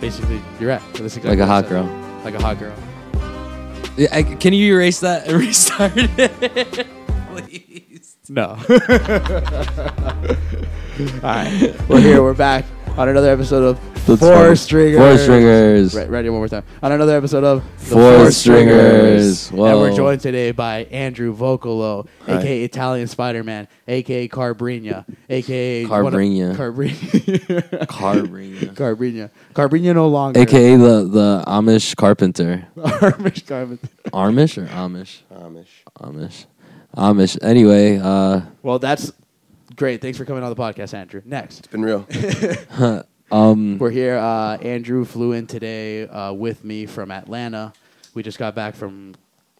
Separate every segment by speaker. Speaker 1: basically, you're right. That's exactly
Speaker 2: Like a
Speaker 1: what I
Speaker 2: hot
Speaker 1: said.
Speaker 2: girl.
Speaker 1: Like a hot girl.
Speaker 2: Yeah, I- can you erase that and restart it? Please.
Speaker 1: No. All right. We're here. We're back on another episode of
Speaker 2: That's
Speaker 1: Four
Speaker 2: fun.
Speaker 1: Stringers.
Speaker 2: Four Stringers.
Speaker 1: Right, right here one more time. On another episode of the
Speaker 2: Four Stringers.
Speaker 1: And we're
Speaker 2: Whoa.
Speaker 1: joined today by Andrew Vocolo,
Speaker 2: Hi.
Speaker 1: aka Italian Spider Man, aka Carbrinha, aka one of-
Speaker 2: Carbrinha.
Speaker 1: Carbrinha.
Speaker 2: Carbrinha.
Speaker 1: Carbrinha. Carbrinha no longer.
Speaker 2: AKA the, the Amish carpenter.
Speaker 1: Amish Carbrinha.
Speaker 2: Armish or Amish?
Speaker 3: Amish.
Speaker 2: Amish. Amish. Anyway, uh,
Speaker 1: Well, that's great. Thanks for coming on the podcast, Andrew. Next.
Speaker 3: It's been real.
Speaker 2: um,
Speaker 1: We're here. Uh, Andrew flew in today uh, with me from Atlanta. We just got back from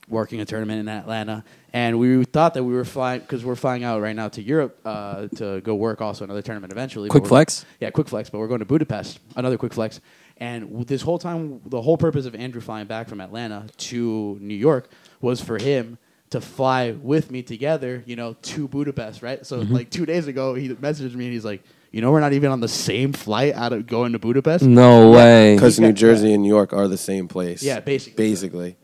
Speaker 1: working a tournament in Atlanta, and we thought that we were flying because we're flying out right now to Europe uh, to go work also another tournament eventually. but
Speaker 2: quick
Speaker 1: we're-
Speaker 2: flex.
Speaker 1: Yeah, quick flex. But we're going to Budapest. Another quick flex. And w- this whole time, the whole purpose of Andrew flying back from Atlanta to New York was for him to fly with me together, you know, to Budapest, right? So like two days ago, he messaged me and he's like, "You know, we're not even on the same flight out of going to Budapest."
Speaker 2: No way.
Speaker 3: Because
Speaker 1: Yeah.
Speaker 3: New Jersey and New York are the same place.
Speaker 1: Yeah, basically.
Speaker 3: Basically.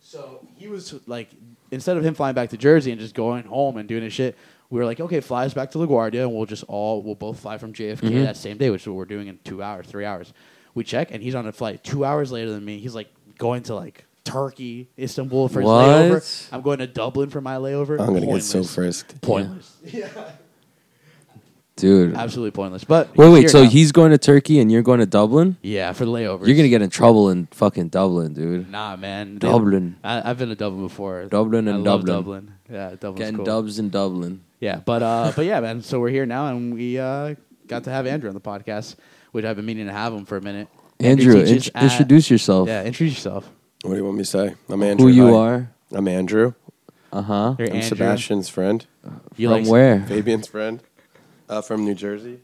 Speaker 1: So he was like, instead of him flying back to Jersey and just going home and doing his shit, we were like, okay, fly us back to LaGuardia and we'll just all, we'll both fly from JFK
Speaker 2: Mm-hmm.
Speaker 1: that same day, which is what we're doing in two hours, three hours. We check and he's on a flight two hours later than me. He's like going to like Turkey, Istanbul for his
Speaker 2: What?
Speaker 1: layover. I'm going to Dublin for my layover.
Speaker 3: I'm gonna get so
Speaker 1: Pointless.
Speaker 3: frisked.
Speaker 1: Pointless.
Speaker 2: Dude.
Speaker 1: Absolutely pointless. But
Speaker 2: Wait,
Speaker 1: he's
Speaker 2: wait.
Speaker 1: here
Speaker 2: So
Speaker 1: now.
Speaker 2: he's going to Turkey and you're going to Dublin?
Speaker 1: Yeah, for the layover.
Speaker 2: You're going to get in trouble in fucking Dublin, dude.
Speaker 1: Nah, man.
Speaker 2: Dublin.
Speaker 1: I, I've been to Dublin before.
Speaker 2: Dublin
Speaker 1: I
Speaker 2: and
Speaker 1: love
Speaker 2: Dublin.
Speaker 1: Dublin. Yeah, Dublin's
Speaker 2: Getting
Speaker 1: cool.
Speaker 2: dubs in Dublin.
Speaker 1: Yeah, but uh, but yeah, man. So we're here now, and we uh, got to have Andrew on the podcast, which I've been meaning to have him for a minute.
Speaker 2: Andrew,
Speaker 1: teaches
Speaker 2: int- introduce
Speaker 1: At,
Speaker 3: Oh.
Speaker 2: yourself.
Speaker 1: yeah, introduce yourself.
Speaker 3: What do you want me to say? I'm
Speaker 2: Who
Speaker 3: Andrew.
Speaker 2: you
Speaker 3: Hi.
Speaker 2: are.
Speaker 3: I'm Andrew.
Speaker 2: Uh huh.
Speaker 1: You're
Speaker 3: I'm
Speaker 1: Andrew.
Speaker 3: Sebastian's friend.
Speaker 1: You
Speaker 2: From
Speaker 1: like-
Speaker 2: where?
Speaker 3: Fabian's friend. Uh, from New Jersey.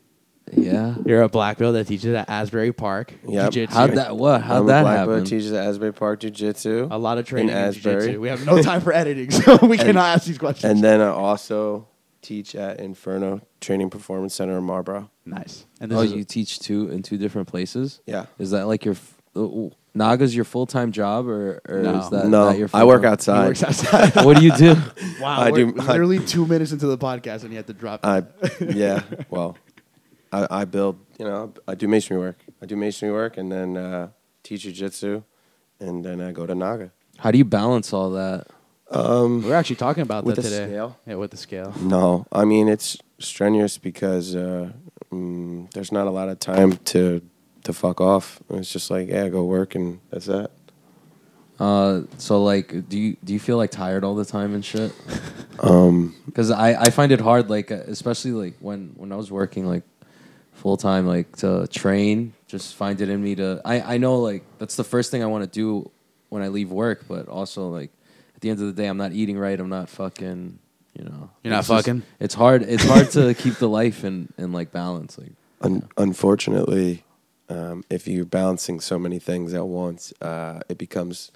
Speaker 2: Yeah.
Speaker 1: You're a black belt that teaches at Asbury Park.
Speaker 3: Yep.
Speaker 1: Jiu-jitsu.
Speaker 2: How'd that? What? How'd
Speaker 3: I'm a
Speaker 2: that
Speaker 3: black belt,
Speaker 2: happen?
Speaker 3: teaches at Asbury Park Jiu Jitsu.
Speaker 1: A lot of training in,
Speaker 3: Asbury.
Speaker 1: jiu-jitsu. We have no time for editing, so we cannot ask these questions.
Speaker 3: And then I also teach at Inferno Training Performance Center in Marlboro.
Speaker 1: nice. And this
Speaker 2: Oh,
Speaker 1: is
Speaker 2: you teach two in two different places.
Speaker 3: Yeah.
Speaker 2: Is that like your f- oh, Naga's your full time job or, or
Speaker 1: No.
Speaker 2: is that
Speaker 3: no,
Speaker 2: not your
Speaker 3: I work
Speaker 2: full-time-
Speaker 1: he
Speaker 3: outside.
Speaker 1: works outside.
Speaker 2: What do you do?
Speaker 1: wow,
Speaker 3: I
Speaker 1: we're
Speaker 3: do- I-
Speaker 1: literally two minutes into the podcast, and you had to drop.
Speaker 3: I yeah. Well, I, I build. You know, I do masonry work. I do masonry work, and then uh, teach jujitsu, and then I go to Naga.
Speaker 2: How do you balance all that?
Speaker 1: we were actually talking about
Speaker 3: With
Speaker 1: that
Speaker 3: the
Speaker 1: today.
Speaker 3: scale?
Speaker 1: Yeah, with the scale.
Speaker 3: No, I mean it's strenuous because uh, mm, there's not a lot of time to to fuck off. It's just like yeah, go work, and that's that.
Speaker 2: Uh, so like, do you do you feel like tired all the time and shit? Because I I find it hard, like uh, especially like when when I was working like full time, like to train. Just find it in me to I I know like that's the first thing I want to do when I leave work, but also like at the end of the day, I'm not eating right. I'm not fucking. You know,
Speaker 1: You're not
Speaker 2: It's just-
Speaker 1: fucking?
Speaker 2: it's hard. It's hard to keep the life and and like balance. Like
Speaker 3: Un- unfortunately, um, if you're balancing so many things at once, uh, it becomes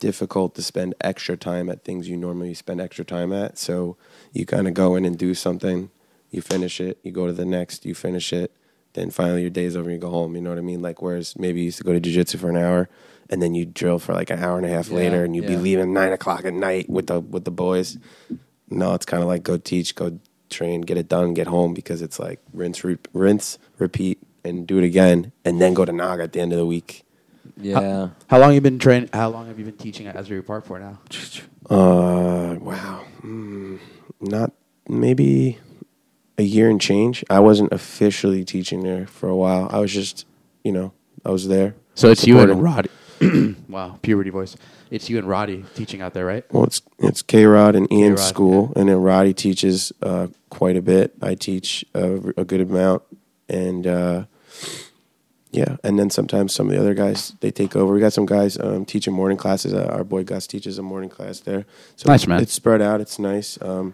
Speaker 3: difficult to spend extra time at things you normally spend extra time at. So you kind of go in and do something, you finish it, you go to the next, you finish it, then finally your day's over and you go home. You know what I mean? Like, whereas maybe you used to go to jujitsu for an hour and then you drill for like an hour and a half
Speaker 2: Yeah,
Speaker 3: later and you'd be
Speaker 2: yeah.
Speaker 3: leaving nine o'clock at night with the, with the boys. No, it's kind of like go teach, go train, get it done, get home because it's like rinse, re- rinse, repeat, and do it again, and then go to Naga at the end of the week.
Speaker 2: yeah,
Speaker 1: How long you been train? How long have you been teaching at Asbury Park for now?
Speaker 3: Uh, wow, Hmm. not maybe a year and change. I wasn't officially teaching there for a while. I was just, you know, I was there.
Speaker 1: So it's you and
Speaker 3: supporting.
Speaker 1: Roddy. wow, puberty voice. It's you and Roddy teaching out there, right?
Speaker 3: Well, it's it's K Rod and Ian's
Speaker 1: K-Rod,
Speaker 3: school, and then Roddy teaches uh, quite a bit. I teach a, a good amount, and uh, yeah, and then sometimes some of the other guys they take over. We got some guys um, teaching morning classes. Uh, our boy Gus teaches a morning class there. So
Speaker 1: Nice,
Speaker 3: it's-
Speaker 1: man.
Speaker 3: It's spread out. It's nice. Um,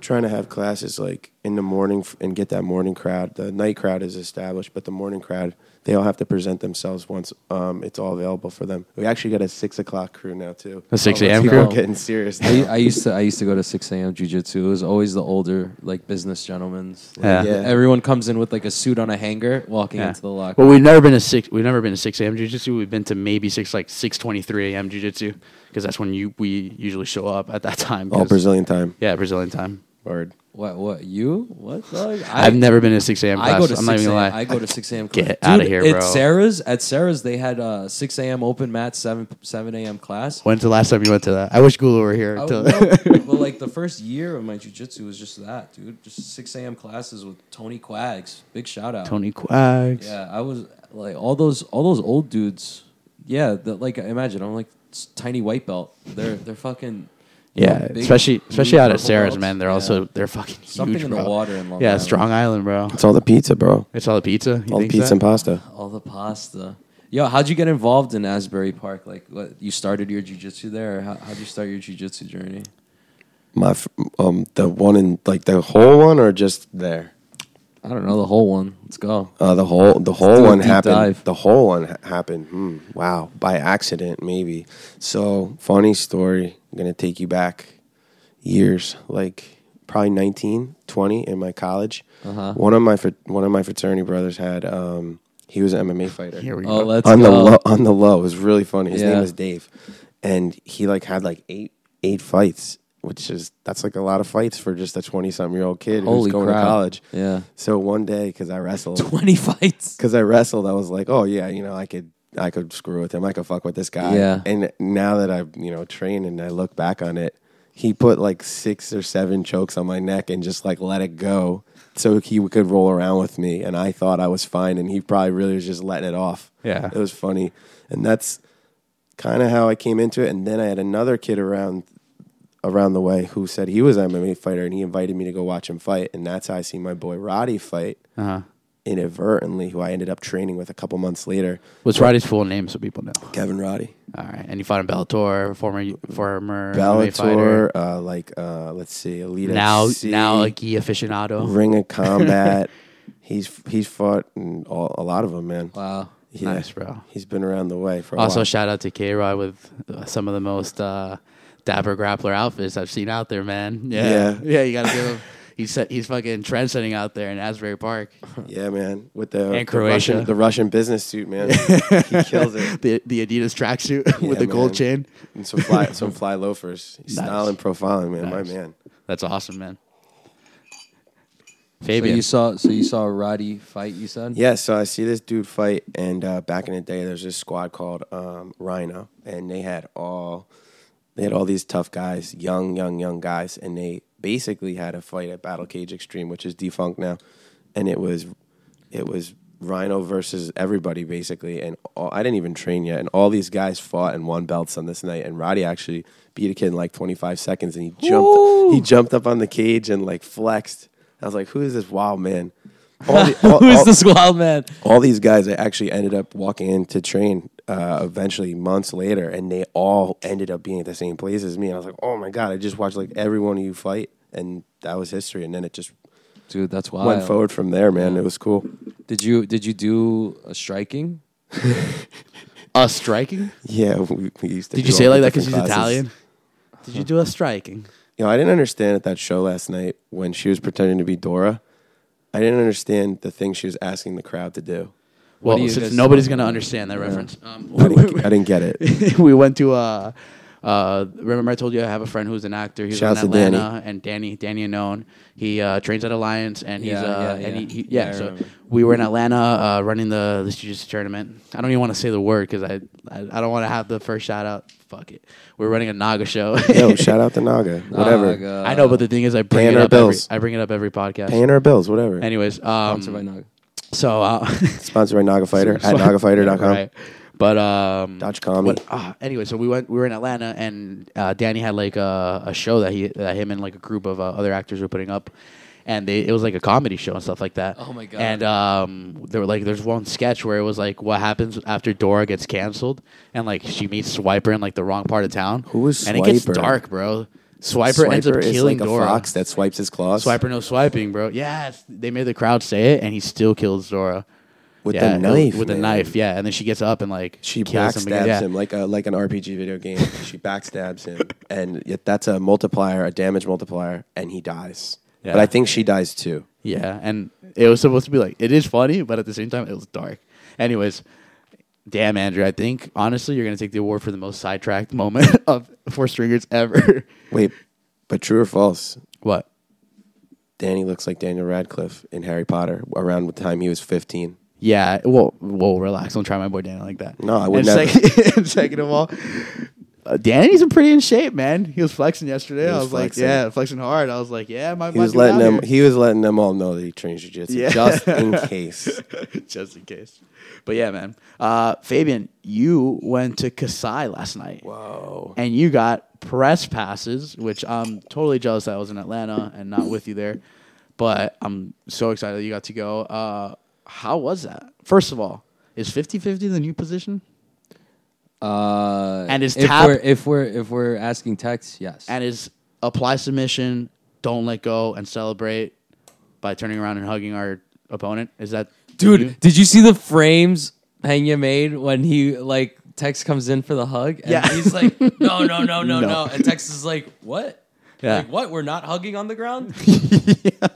Speaker 3: trying to have classes like in the morning f- and get that morning crowd. The night crowd is established, but the morning crowd they all have to present themselves once um, it's all available for them. We actually got a six o'clock crew now too.
Speaker 1: A 6
Speaker 3: Oh,
Speaker 1: a.m.
Speaker 3: people
Speaker 1: crew?
Speaker 3: getting serious.
Speaker 2: I,
Speaker 3: now.
Speaker 2: I used to I used to go to six a.m. jujitsu. It was always the older like business gentlemen.
Speaker 1: Yeah.
Speaker 3: Yeah.
Speaker 2: Everyone comes in with like a suit on a hanger, walking
Speaker 1: Yeah.
Speaker 2: into the locker.
Speaker 1: Well, we've never been to six. We've never been to six a.m. jujitsu. We've been to maybe six like six twenty three a.m. jujitsu because that's when you we usually show up at that time.
Speaker 3: all
Speaker 1: 'cause-
Speaker 3: Brazilian time.
Speaker 1: Yeah, Brazilian time.
Speaker 3: Word.
Speaker 2: What? What? You? What? dog? I,
Speaker 1: I, have never been to six a.m. class.
Speaker 2: I go to
Speaker 1: I'm not
Speaker 2: six
Speaker 1: even
Speaker 2: a.m.
Speaker 1: gonna lie.
Speaker 2: I go to six a.m.
Speaker 1: Get
Speaker 2: class.
Speaker 1: outta
Speaker 2: Dude,
Speaker 1: here, bro.
Speaker 2: at Sarah's at Sarah's they had uh, six a.m. open mat seven seven a.m. class.
Speaker 1: When's the last time you went to that? I wish Gula were here.
Speaker 2: I
Speaker 1: to-
Speaker 2: would love- well, like the first year of my jujitsu was just that, dude. Just six a.m. classes with Tony Quags. Big shout out,
Speaker 1: Tony Quacks.
Speaker 2: Yeah, I was like all those all those old dudes. Yeah, that like imagine I'm like s- tiny white belt. They're they're fucking
Speaker 1: Yeah,
Speaker 2: big,
Speaker 1: especially
Speaker 2: blue
Speaker 1: especially out at
Speaker 2: purple
Speaker 1: Sarah's,
Speaker 2: belts.
Speaker 1: man. They're
Speaker 2: Yeah.
Speaker 1: also they're fucking huge,
Speaker 2: Something in the
Speaker 1: bro.
Speaker 2: water in Long
Speaker 1: yeah,
Speaker 2: Island.
Speaker 1: Strong Island, bro.
Speaker 3: It's all the pizza, bro.
Speaker 1: It's all the pizza. You
Speaker 3: all the
Speaker 1: think
Speaker 3: pizza
Speaker 1: so?
Speaker 3: and pasta.
Speaker 2: all the pasta. Yo, how'd you get involved in Asbury Park? Like, what you started your jujitsu there? Or how, how'd you start your jujitsu journey?
Speaker 3: My f- um the one in like the whole one or just there.
Speaker 2: I don't know the whole one. Let's go.
Speaker 3: Uh, the whole the whole
Speaker 2: do a
Speaker 3: one
Speaker 2: deep
Speaker 3: happened.
Speaker 2: dive.
Speaker 3: The whole one ha- happened. Hmm, wow, by accident maybe. So funny story. I'm gonna take you back years, like probably 19, 20 in my college.
Speaker 2: Uh-huh.
Speaker 3: One of my fr- one of my fraternity brothers had. Um, he was an MMA fighter
Speaker 1: Here we
Speaker 2: Oh,
Speaker 1: go.
Speaker 2: let's
Speaker 3: on the
Speaker 2: go.
Speaker 3: low on the low. It was really funny. His
Speaker 2: Yeah.
Speaker 3: name was Dave, and he like had like eight eight fights, which is that's like a lot of fights for just a twenty something year old kid
Speaker 2: Holy
Speaker 3: who's going
Speaker 2: crap.
Speaker 3: to college.
Speaker 2: Yeah.
Speaker 3: So one day, because I wrestled,
Speaker 2: Twenty fights.
Speaker 3: because I wrestled, I was like, oh yeah, you know, I could I could screw with him. I could fuck with this guy.
Speaker 2: Yeah.
Speaker 3: And now that I've you know trained and I look back on it, he put like six or seven chokes on my neck and just like let it go. So he could roll around with me, and I thought I was fine, and he probably really was just letting it off.
Speaker 1: Yeah.
Speaker 3: It was funny. And that's kind of how I came into it. And then I had another kid around around the way who said he was an MMA fighter and he invited me to go watch him fight. And that's how I see my boy Roddy fight
Speaker 1: Uh-huh.
Speaker 3: inadvertently, who I ended up training with a couple months later.
Speaker 1: What's Roddy's full name so people know?
Speaker 3: Kevin Roddy.
Speaker 1: All right, and you fought in Bellator, former former MMA fighter.
Speaker 3: Bellator, uh, like uh, let's see, Elite
Speaker 1: Now
Speaker 3: FC,
Speaker 1: now a gi aficionado.
Speaker 3: Ring of Combat. he's he's fought in all, a lot of them, man.
Speaker 2: Wow.
Speaker 3: Yeah.
Speaker 1: Nice, bro.
Speaker 3: He's been around the way for a
Speaker 1: Also,
Speaker 3: while.
Speaker 1: shout out to K Rod with uh, some of the most uh, dapper grappler outfits I've seen out there, man. Yeah, yeah,
Speaker 3: Yeah.
Speaker 1: you gotta give him. He's set, he's fucking trendsetting out there in Asbury Park.
Speaker 3: yeah, man, with the, the
Speaker 1: Croatia.
Speaker 3: Russian, the Russian business suit, man. he kills it.
Speaker 1: the the Adidas tracksuit with the
Speaker 3: Yeah,
Speaker 1: gold
Speaker 3: man.
Speaker 1: chain.
Speaker 3: and some fly some fly loafers. He's
Speaker 1: Nice.
Speaker 3: Styling profiling, man,
Speaker 1: Nice.
Speaker 3: my man.
Speaker 1: That's awesome, man.
Speaker 2: So
Speaker 1: Fabian,
Speaker 2: you saw so you saw Roddy fight. You said
Speaker 3: Yeah, so I see this dude fight, and uh, back in the day, there's this squad called um, Rhino, and they had all they had all these tough guys, young, young, young guys, and they basically had a fight at Battle Cage Extreme, which is defunct now, and it was it was Rhino versus everybody basically, and all, I didn't even train yet, and all these guys fought and won belts on this night, and Roddy actually beat a kid in like 25 seconds, and he jumped he jumped up on the cage and like flexed. I was like, who is this wild man? All the- all-
Speaker 2: Who is
Speaker 3: all-
Speaker 2: this wild man?
Speaker 3: all these guys that actually ended up walking in to train uh, eventually months later, and they all ended up being at the same place as me. And I was like, oh my God, I just watched like every one of you fight. And that was history. And then it just
Speaker 2: Dude, that's wild.
Speaker 3: went forward from there, man. It was cool.
Speaker 2: Did you did you do a striking?
Speaker 1: us striking.
Speaker 3: Yeah, we, we used to.
Speaker 1: Did
Speaker 3: do
Speaker 1: you say
Speaker 3: all
Speaker 1: it like
Speaker 3: the
Speaker 1: that because he's
Speaker 3: different classes.
Speaker 1: Italian? Did you do us striking?
Speaker 3: You know, I didn't understand at that show last night when she was pretending to be Dora. I didn't understand the thing she was asking the crowd to do.
Speaker 1: Well,
Speaker 2: do you
Speaker 1: since
Speaker 2: guys-
Speaker 1: nobody's gonna understand that reference, um,
Speaker 3: I didn't, I didn't get it.
Speaker 1: we went to uh uh remember I told you I have a friend who's an actor. He's in
Speaker 3: Shouts to
Speaker 1: Atlanta
Speaker 3: Danny.
Speaker 1: and Danny Danny Anone. He uh trains at Alliance and he's
Speaker 2: Yeah,
Speaker 1: uh
Speaker 2: yeah,
Speaker 1: and
Speaker 2: yeah.
Speaker 1: he, he
Speaker 2: Yeah,
Speaker 1: yeah,
Speaker 2: I
Speaker 1: so
Speaker 2: remember.
Speaker 1: we were in Atlanta uh running the the jiu-jitsu tournament. I don't even want to say the word cuz I, I I don't want to have the first shout out. Fuck it. We're running a Naga show.
Speaker 3: Yo, shout out to Naga. Whatever.
Speaker 2: Naga.
Speaker 1: I know but the thing is I bring
Speaker 3: Paying
Speaker 1: it
Speaker 3: our
Speaker 1: up every,
Speaker 3: bills.
Speaker 1: I bring it up every podcast.
Speaker 3: Paying our bills, whatever.
Speaker 1: Anyways,
Speaker 2: Sponsored by
Speaker 1: um
Speaker 2: Naga.
Speaker 1: so uh
Speaker 3: Sponsored by Naga Fighter at nagafighter.com.
Speaker 1: Right. But um
Speaker 3: Dodge Commie.
Speaker 1: but, ah, anyway, so we went we were in Atlanta and uh, Danny had like a, a show that he that him and like a group of uh, other actors were putting up. And they, it was like a comedy show and stuff like that.
Speaker 2: Oh my God.
Speaker 1: And um, there were like, there's one sketch where it was like, what happens after Dora gets canceled, and like she meets Swiper in like the wrong part of town.
Speaker 3: Who is
Speaker 1: And it gets
Speaker 3: Swiper?
Speaker 1: dark, bro. Swiper, ends up
Speaker 3: is
Speaker 1: killing
Speaker 3: like
Speaker 1: Dora.
Speaker 3: a fox that swipes his claws
Speaker 1: Swiper no swiping, bro. Yes, they made the crowd say it, and he still kills Zora
Speaker 3: with
Speaker 1: yeah,
Speaker 3: the knife.
Speaker 1: With
Speaker 3: man.
Speaker 1: a knife, yeah. And then she gets up and like
Speaker 3: She
Speaker 1: kills
Speaker 3: backstabs
Speaker 1: him, again. yeah.
Speaker 3: him like a like an RPG video game. she backstabs him, and yet that's a multiplier, a damage multiplier, and he dies.
Speaker 1: Yeah.
Speaker 3: But I think she dies too.
Speaker 1: Yeah, and it was supposed to be like it is funny, but at the same time it was dark. Anyways, damn Andrew, I think honestly you're gonna take the award for the most sidetracked moment of Four Stringers ever.
Speaker 3: Wait, but true or false?
Speaker 1: what?
Speaker 3: Danny looks like Daniel Radcliffe in Harry Potter around the time he was 15.
Speaker 1: Yeah, well, whoa, relax. Don't try my boy Danny like that.
Speaker 3: No, I
Speaker 1: and
Speaker 3: would never.
Speaker 1: Second, and second of all, uh, Danny's in pretty in shape, man. He was flexing yesterday. I
Speaker 3: was
Speaker 1: was like,
Speaker 3: flexing.
Speaker 1: yeah, flexing hard. I was like, yeah, my
Speaker 3: He was letting them. He was letting them all know that he trains jujitsu
Speaker 1: Yeah.
Speaker 3: just in case.
Speaker 1: just in case. But yeah, man. Uh, Fabian, you went to Kasai last night.
Speaker 3: Whoa.
Speaker 1: and you got press passes, which I'm totally jealous that I was in Atlanta and not with you there. But I'm so excited that you got to go. Uh, how was that? First of all, is 50 50 the new position?
Speaker 2: Uh,
Speaker 1: And is
Speaker 2: if
Speaker 1: tap-
Speaker 2: we're, if we're if we're asking text, yes.
Speaker 1: And is apply submission, don't let go, and celebrate by turning around and hugging our opponent? Is that
Speaker 2: Dude,
Speaker 1: you?
Speaker 2: did you see the frames Pena made when he like Tex comes in for the hug? And
Speaker 1: Yeah.
Speaker 2: he's like, no, no, no, no,
Speaker 1: No.
Speaker 2: no, And Tex is like, what?
Speaker 1: Yeah.
Speaker 2: Like what? We're not hugging on the ground.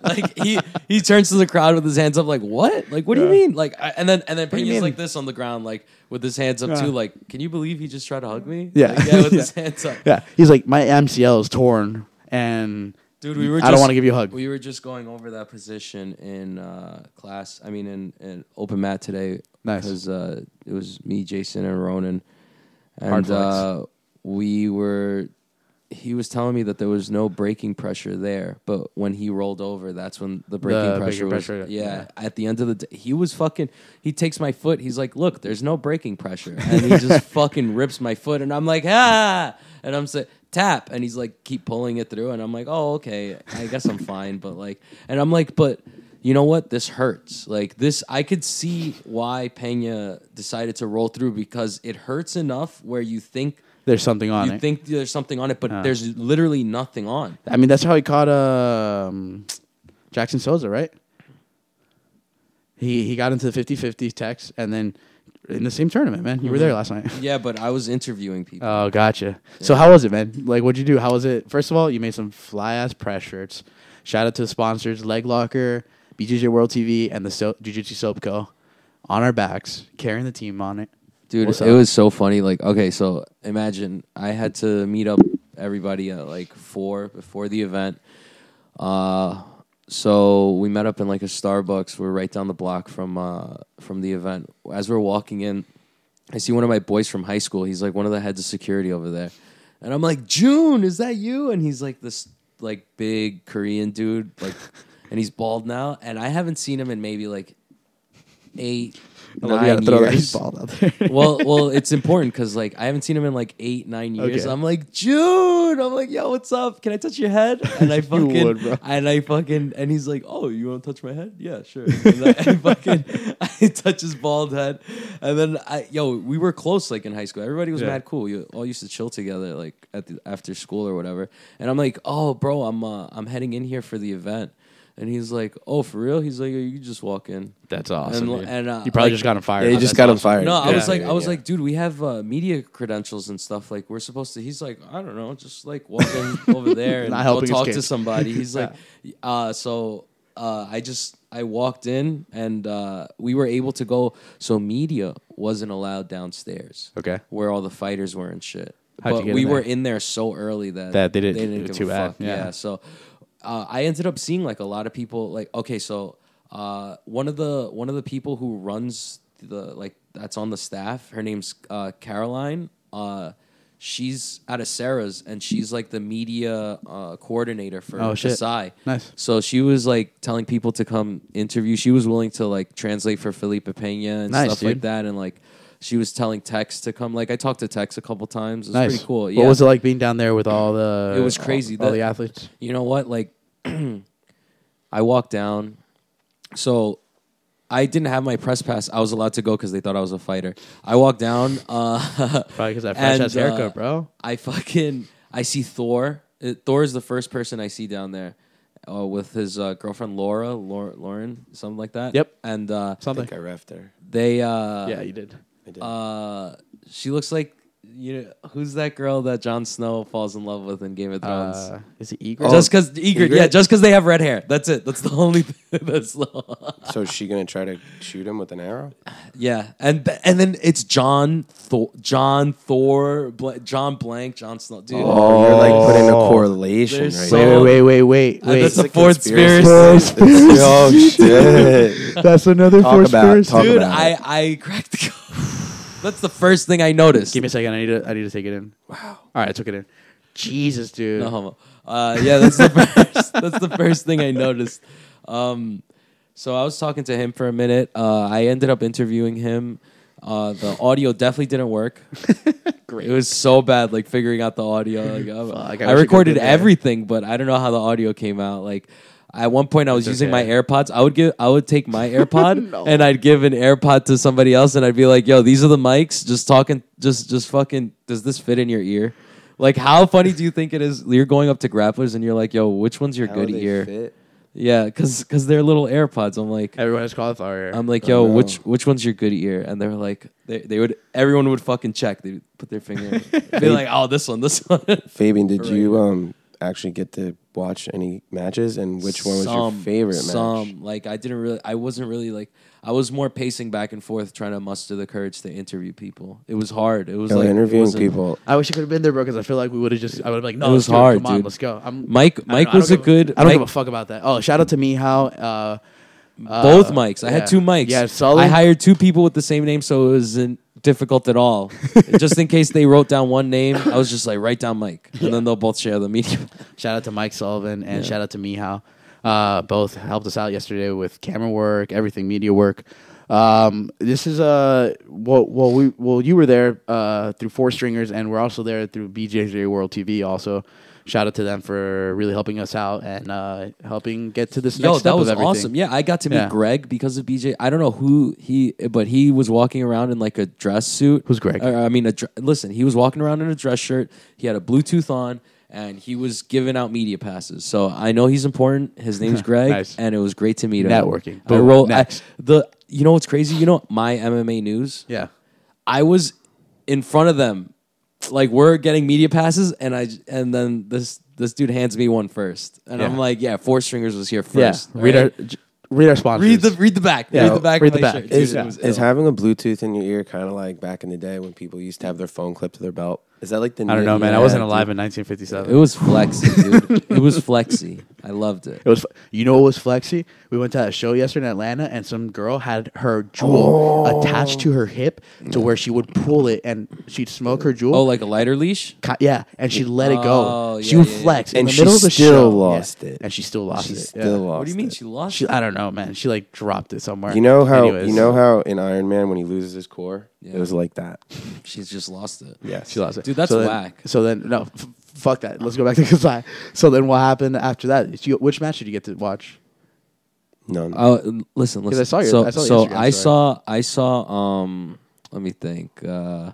Speaker 2: Like he he turns to the crowd with his hands up, like what? Like what do you mean? Like I, and then and then
Speaker 1: do you
Speaker 2: Pena's
Speaker 1: mean?
Speaker 2: like this on the ground, like with his hands up
Speaker 1: Yeah.
Speaker 2: too. Like, can you believe he just tried to hug me?
Speaker 1: Yeah.
Speaker 2: Like, yeah, with
Speaker 1: Yeah.
Speaker 2: his hands up.
Speaker 1: Yeah. He's like, my MCL is torn, and
Speaker 2: Dude, we were.
Speaker 1: I don't
Speaker 2: just-
Speaker 1: wanna give you a hug.
Speaker 2: We were just going over that position in uh, class. I mean, in, in open mat today.
Speaker 1: Nice.
Speaker 2: Because uh, it was me, Jason, and Ronan,
Speaker 1: Hard
Speaker 2: and
Speaker 1: flex.
Speaker 2: uh, we were. He was telling me that there was no braking pressure there, but when he rolled over, that's when the braking
Speaker 1: The
Speaker 2: pressure
Speaker 1: braking
Speaker 2: was.
Speaker 1: pressure,
Speaker 2: yeah,
Speaker 1: yeah.
Speaker 2: At the end of the day, he was fucking. He takes my foot. He's like, "Look, there's no braking pressure," and he just fucking rips my foot, and I'm like, "Ah!" And I'm saying, "Tap," and he's like, "Keep pulling it through," and I'm like, "Oh, okay. I guess I'm fine." But like, and I'm like, "But you know what? This hurts. Like this, I could see why Pena decided to roll through because it hurts enough where you think."
Speaker 1: there's something on
Speaker 2: You
Speaker 1: it.
Speaker 2: think there's something on it, but there's literally nothing on.
Speaker 1: I mean, that's how he caught um, Jackson Souza, right? He he got into the 50-50 text, and then in the same tournament, man. You were
Speaker 2: Mm-hmm.
Speaker 1: there last night.
Speaker 2: Yeah, but I was interviewing people.
Speaker 1: Oh, gotcha. So how was it, man? Like, what'd you do? How was it? First of all, you made some fly ass press shirts. Shout out to the sponsors: Leg Locker, BJJ World TV, and the so- Jiu Jitsu Soap Co. On our backs, carrying the team on it.
Speaker 2: Dude,
Speaker 1: What's
Speaker 2: it
Speaker 1: up?
Speaker 2: was so funny. Like, okay, so imagine I had to meet up everybody at like four before the event. Uh, so we met up in like a Starbucks. We're right down the block from uh, from the event. As we're walking in, I see one of my boys from high school. He's like one of the heads of security over there, and I'm like, June, is that you? And he's like this like big Korean dude, like, and he's bald now. And I haven't seen him in maybe like eight.
Speaker 1: I love you
Speaker 2: nine
Speaker 1: gotta throw that
Speaker 2: years
Speaker 1: ball out there.
Speaker 2: well, well, it's important because like I haven't seen him in like eight, nine years.
Speaker 1: Okay.
Speaker 2: I'm like June. I'm like, yo, what's up? Can I touch your head? And I fucking
Speaker 1: would, bro.
Speaker 2: and I fucking and he's like, oh, you want to touch my head? Yeah, sure. And I, I fucking I touch his bald head, and then I yo, we were close like in high school. Everybody was
Speaker 1: Yeah.
Speaker 2: mad cool. You all used to chill together like at the, after school or whatever. And I'm like, oh, bro, I'm uh, I'm heading in here for the event. And he's like, "Oh, for real?l?" He's like, "You can just walk in."
Speaker 1: that's awesome.
Speaker 2: And-
Speaker 1: dude.
Speaker 2: and, uh,
Speaker 1: you probably
Speaker 2: like-
Speaker 1: just got him fired.
Speaker 3: Yeah, you
Speaker 1: up.
Speaker 3: just
Speaker 1: That's
Speaker 3: got him
Speaker 1: awesome.
Speaker 3: fired.
Speaker 2: No, I
Speaker 1: Yeah.
Speaker 2: was like, I was
Speaker 3: Yeah.
Speaker 2: like, dude, we have uh, media credentials and stuff. Like, we're supposed to. He's like, I don't know, just like walk in over there and
Speaker 1: Not
Speaker 2: go
Speaker 1: helping his
Speaker 2: talk to
Speaker 1: case.
Speaker 2: somebody. He's like, uh, so uh, I just I walked in and uh, we were able to go. So media wasn't allowed downstairs.
Speaker 1: Okay.
Speaker 2: where all the fighters were and shit.
Speaker 1: How'd you
Speaker 2: but
Speaker 1: get in
Speaker 2: we
Speaker 1: there?
Speaker 2: were in there so early that
Speaker 1: That they didn't-
Speaker 2: give
Speaker 1: too
Speaker 2: a
Speaker 1: bad,
Speaker 2: fuck.
Speaker 1: yeah.
Speaker 2: yeah, so uh, I ended up seeing like a lot of people like okay so uh, one of the one of the people who runs the like that's on the staff her name's uh, Caroline uh, she's out of Sarah's and she's like the media uh, coordinator for
Speaker 1: Oh, shit.
Speaker 2: Kasai.
Speaker 1: Nice.
Speaker 2: so she was like telling people to come interview she was willing to like translate for Felipe Pena and
Speaker 1: Nice,
Speaker 2: stuff
Speaker 1: dude.
Speaker 2: like that and like she was telling Tex to come like I talked to Tex a couple times it was
Speaker 1: nice.
Speaker 2: pretty cool
Speaker 1: What
Speaker 2: yeah
Speaker 1: was it like being down there with all the?
Speaker 2: It was crazy.
Speaker 1: All, all
Speaker 2: The-
Speaker 1: the athletes.
Speaker 2: you know what? Like, I walked down. So I didn't have my press pass. I was allowed to go because they thought I was a fighter. I walked down. Uh,
Speaker 1: Probably because that fresh
Speaker 2: and,
Speaker 1: ass
Speaker 2: uh,
Speaker 1: haircut, bro.
Speaker 2: I fucking I see Thor it, Thor is the first person I see down there uh, with his uh, girlfriend Laura, Laura, Lauren, something like that.
Speaker 1: Yep.
Speaker 2: And uh,
Speaker 3: I
Speaker 1: Something.
Speaker 3: think I refed her.
Speaker 2: they, uh,
Speaker 1: yeah, you did.
Speaker 3: I did.
Speaker 2: uh, she looks like you know who's that girl that Jon Snow falls in love with in Game of Thrones.
Speaker 1: Uh, is it Igor?
Speaker 3: Oh.
Speaker 2: just because Egret,
Speaker 3: Ygritte?
Speaker 2: yeah, just because they have red hair. That's it. That's the only thing that's
Speaker 3: so is she gonna try to shoot him with an arrow?
Speaker 2: yeah. And th- and then it's John Thor, John Thor, Bla- John Blank, John Snow, dude.
Speaker 3: you're like putting a
Speaker 1: Oh.
Speaker 3: correlation
Speaker 2: There's
Speaker 3: right
Speaker 2: so-
Speaker 3: now.
Speaker 1: wait, wait, wait, wait,
Speaker 2: And
Speaker 1: wait,
Speaker 2: that's
Speaker 1: wait.
Speaker 2: a
Speaker 3: It's a
Speaker 2: fourth
Speaker 3: conspiracy.
Speaker 2: conspiracy.
Speaker 3: oh shit!
Speaker 1: That's another
Speaker 3: Talk
Speaker 1: force
Speaker 3: about-
Speaker 1: first.
Speaker 3: talk
Speaker 2: Dude,
Speaker 3: about
Speaker 2: I,
Speaker 3: it.
Speaker 2: I cracked the code. That's the first thing I noticed.
Speaker 1: Give me a second. I need to. I need to take it in. Wow. All right, I took it in. Jesus, dude.
Speaker 2: No homo. Uh, yeah, that's the first. that's the first thing I noticed. Um, so I was talking to him for a minute. Uh, I ended up interviewing him. Uh, the audio definitely didn't work.
Speaker 1: Great.
Speaker 2: It was so bad, like figuring out the audio. Like, uh,
Speaker 1: Fuck, I wish
Speaker 2: I,
Speaker 1: I could've
Speaker 2: recorded
Speaker 1: been there.
Speaker 2: everything, but I don't know how the audio came out. Like, at one point, I was
Speaker 1: It's
Speaker 2: using
Speaker 1: okay.
Speaker 2: my AirPods. I would give, I would take my AirPod
Speaker 1: No.
Speaker 2: and I'd give an AirPod to somebody else, and I'd be like, "Yo, these are the mics. Just talking, just, just fucking. Does this fit in your ear? Like, how funny do you think it is? You're going up to grapplers, and you're like, "Yo, which one's your
Speaker 3: How
Speaker 2: good
Speaker 3: they
Speaker 2: ear?
Speaker 3: fit?
Speaker 2: Yeah, because because they're little AirPods. I'm like,
Speaker 1: Everyone has cauliflower.
Speaker 2: I'm like, yo,
Speaker 3: Oh, no.
Speaker 2: which which one's your good ear? And they were like, they, they would everyone would fucking check. They would put their finger. Be like, oh, this one, this one.
Speaker 3: Fabian, did
Speaker 2: Right.
Speaker 3: you um actually get to watch any matches, and which one was
Speaker 2: Some-
Speaker 3: your favorite
Speaker 2: Some
Speaker 3: match?
Speaker 2: like I didn't really, I wasn't really like, I was more pacing back and forth trying to muster the courage to interview people. It was hard. It was
Speaker 3: You know,
Speaker 2: like it
Speaker 3: interviewing
Speaker 2: wasn't-
Speaker 3: people.
Speaker 1: I wish I could have been there, bro, because I feel like we would have just. I would have been like, no,
Speaker 2: It
Speaker 1: let's
Speaker 2: was
Speaker 1: do
Speaker 2: hard,
Speaker 1: Come on,
Speaker 2: dude.
Speaker 1: let's go. I'm,
Speaker 2: Mike-
Speaker 1: I don't
Speaker 2: Mike
Speaker 1: know, I don't
Speaker 2: was a
Speaker 1: give
Speaker 2: good-
Speaker 1: I don't give a
Speaker 2: Mike-
Speaker 1: fuck about that. Oh, shout out to Mihao. Uh, uh,
Speaker 2: Both mics. I
Speaker 1: yeah.
Speaker 2: had two mics.
Speaker 1: Yeah, Sully.
Speaker 2: I hired two people with the same name, so it wasn't difficult at all. just in case they wrote down one name, I was just like, write down Mike, and then they'll both share the medium.
Speaker 1: Shout out to Mike Sullivan and shout out to Mihao. Uh, both helped us out yesterday with camera work, everything media work. Um, this is uh, well, well, we well, you were there uh, through Four Stringers, and we're also there through BJJ World TV. Also, shout out to them for really helping us out and uh, helping get to this next
Speaker 2: Yo,
Speaker 1: step
Speaker 2: that was
Speaker 1: of everything.
Speaker 2: awesome. Yeah, I got to meet
Speaker 1: Yeah.
Speaker 2: Greg because of BJ. I don't know who he, but he was walking around in like a dress suit.
Speaker 1: Who's Greg?
Speaker 2: Uh, I mean, a dr- listen, he was walking around in a dress shirt. He had a Bluetooth on, and he was giving out media passes. So I know he's important. His name's Greg,
Speaker 1: Nice.
Speaker 2: and it was great to meet him.
Speaker 1: Networking.
Speaker 2: I
Speaker 1: Boom.
Speaker 2: roll I-
Speaker 1: Next.
Speaker 2: the. You know what's crazy? You know my MMA news.
Speaker 1: Yeah.
Speaker 2: I was in front of them, like we're getting media passes, and I and then this this dude hands me one first, and
Speaker 1: Yeah.
Speaker 2: I'm like, yeah, Four Stringers was here first.
Speaker 1: Yes. Read
Speaker 2: right?
Speaker 1: our j- read our sponsors.
Speaker 2: Read the read the back.
Speaker 1: Yeah,
Speaker 2: read the back.
Speaker 1: read
Speaker 2: of
Speaker 1: the
Speaker 2: my
Speaker 1: back.
Speaker 2: Shirt.
Speaker 1: Is-
Speaker 2: Dude, it was
Speaker 3: Is
Speaker 2: ill.
Speaker 3: having a Bluetooth in your ear kind of like back in the day when people used to have their phone clipped to their belt? Is that like the?
Speaker 1: I don't
Speaker 3: new-
Speaker 1: know, man. I
Speaker 3: Yeah,
Speaker 1: wasn't
Speaker 3: dude.
Speaker 1: alive in 1957.
Speaker 2: it was flexy, dude. it was flexy. I loved it.
Speaker 1: It was, you know, what was flexy. We went to a show yesterday in Atlanta, and some girl had her jewel
Speaker 3: Oh.
Speaker 1: attached to her hip to where she would pull it, and she'd smoke her jewel.
Speaker 2: Oh, like a lighter leash.
Speaker 1: Ca- yeah, and she let it go.
Speaker 2: Oh,
Speaker 1: she
Speaker 2: yeah,
Speaker 1: would
Speaker 2: yeah, yeah.
Speaker 1: flex in
Speaker 3: And
Speaker 1: the
Speaker 3: she
Speaker 1: middle of the
Speaker 3: still
Speaker 1: show.
Speaker 3: lost it.
Speaker 1: and she still lost
Speaker 3: She
Speaker 1: it.
Speaker 3: still
Speaker 1: yeah.
Speaker 3: lost.
Speaker 2: What do you mean
Speaker 3: it.
Speaker 2: she lost?
Speaker 1: She,
Speaker 2: it?
Speaker 1: I don't know, man. She like dropped it somewhere.
Speaker 3: You know how
Speaker 1: Anyways.
Speaker 3: you know how in Iron Man when he loses his core,
Speaker 2: Yeah.
Speaker 3: it was like that.
Speaker 2: She's just lost it.
Speaker 3: Yes,
Speaker 1: She lost it.
Speaker 2: Dude, that's
Speaker 1: so then-
Speaker 2: whack.
Speaker 1: so then, no, f- fuck that. Let's go back to Kasai. So then, what happened after that? Did you- which match did you get to watch?
Speaker 3: None.
Speaker 1: Uh,
Speaker 2: Oh, listen, listen.
Speaker 1: 'Cause I saw your-
Speaker 2: so
Speaker 1: I saw your
Speaker 2: so
Speaker 1: Instagram
Speaker 2: I
Speaker 1: story.
Speaker 2: saw I saw. Um, let me think. Uh,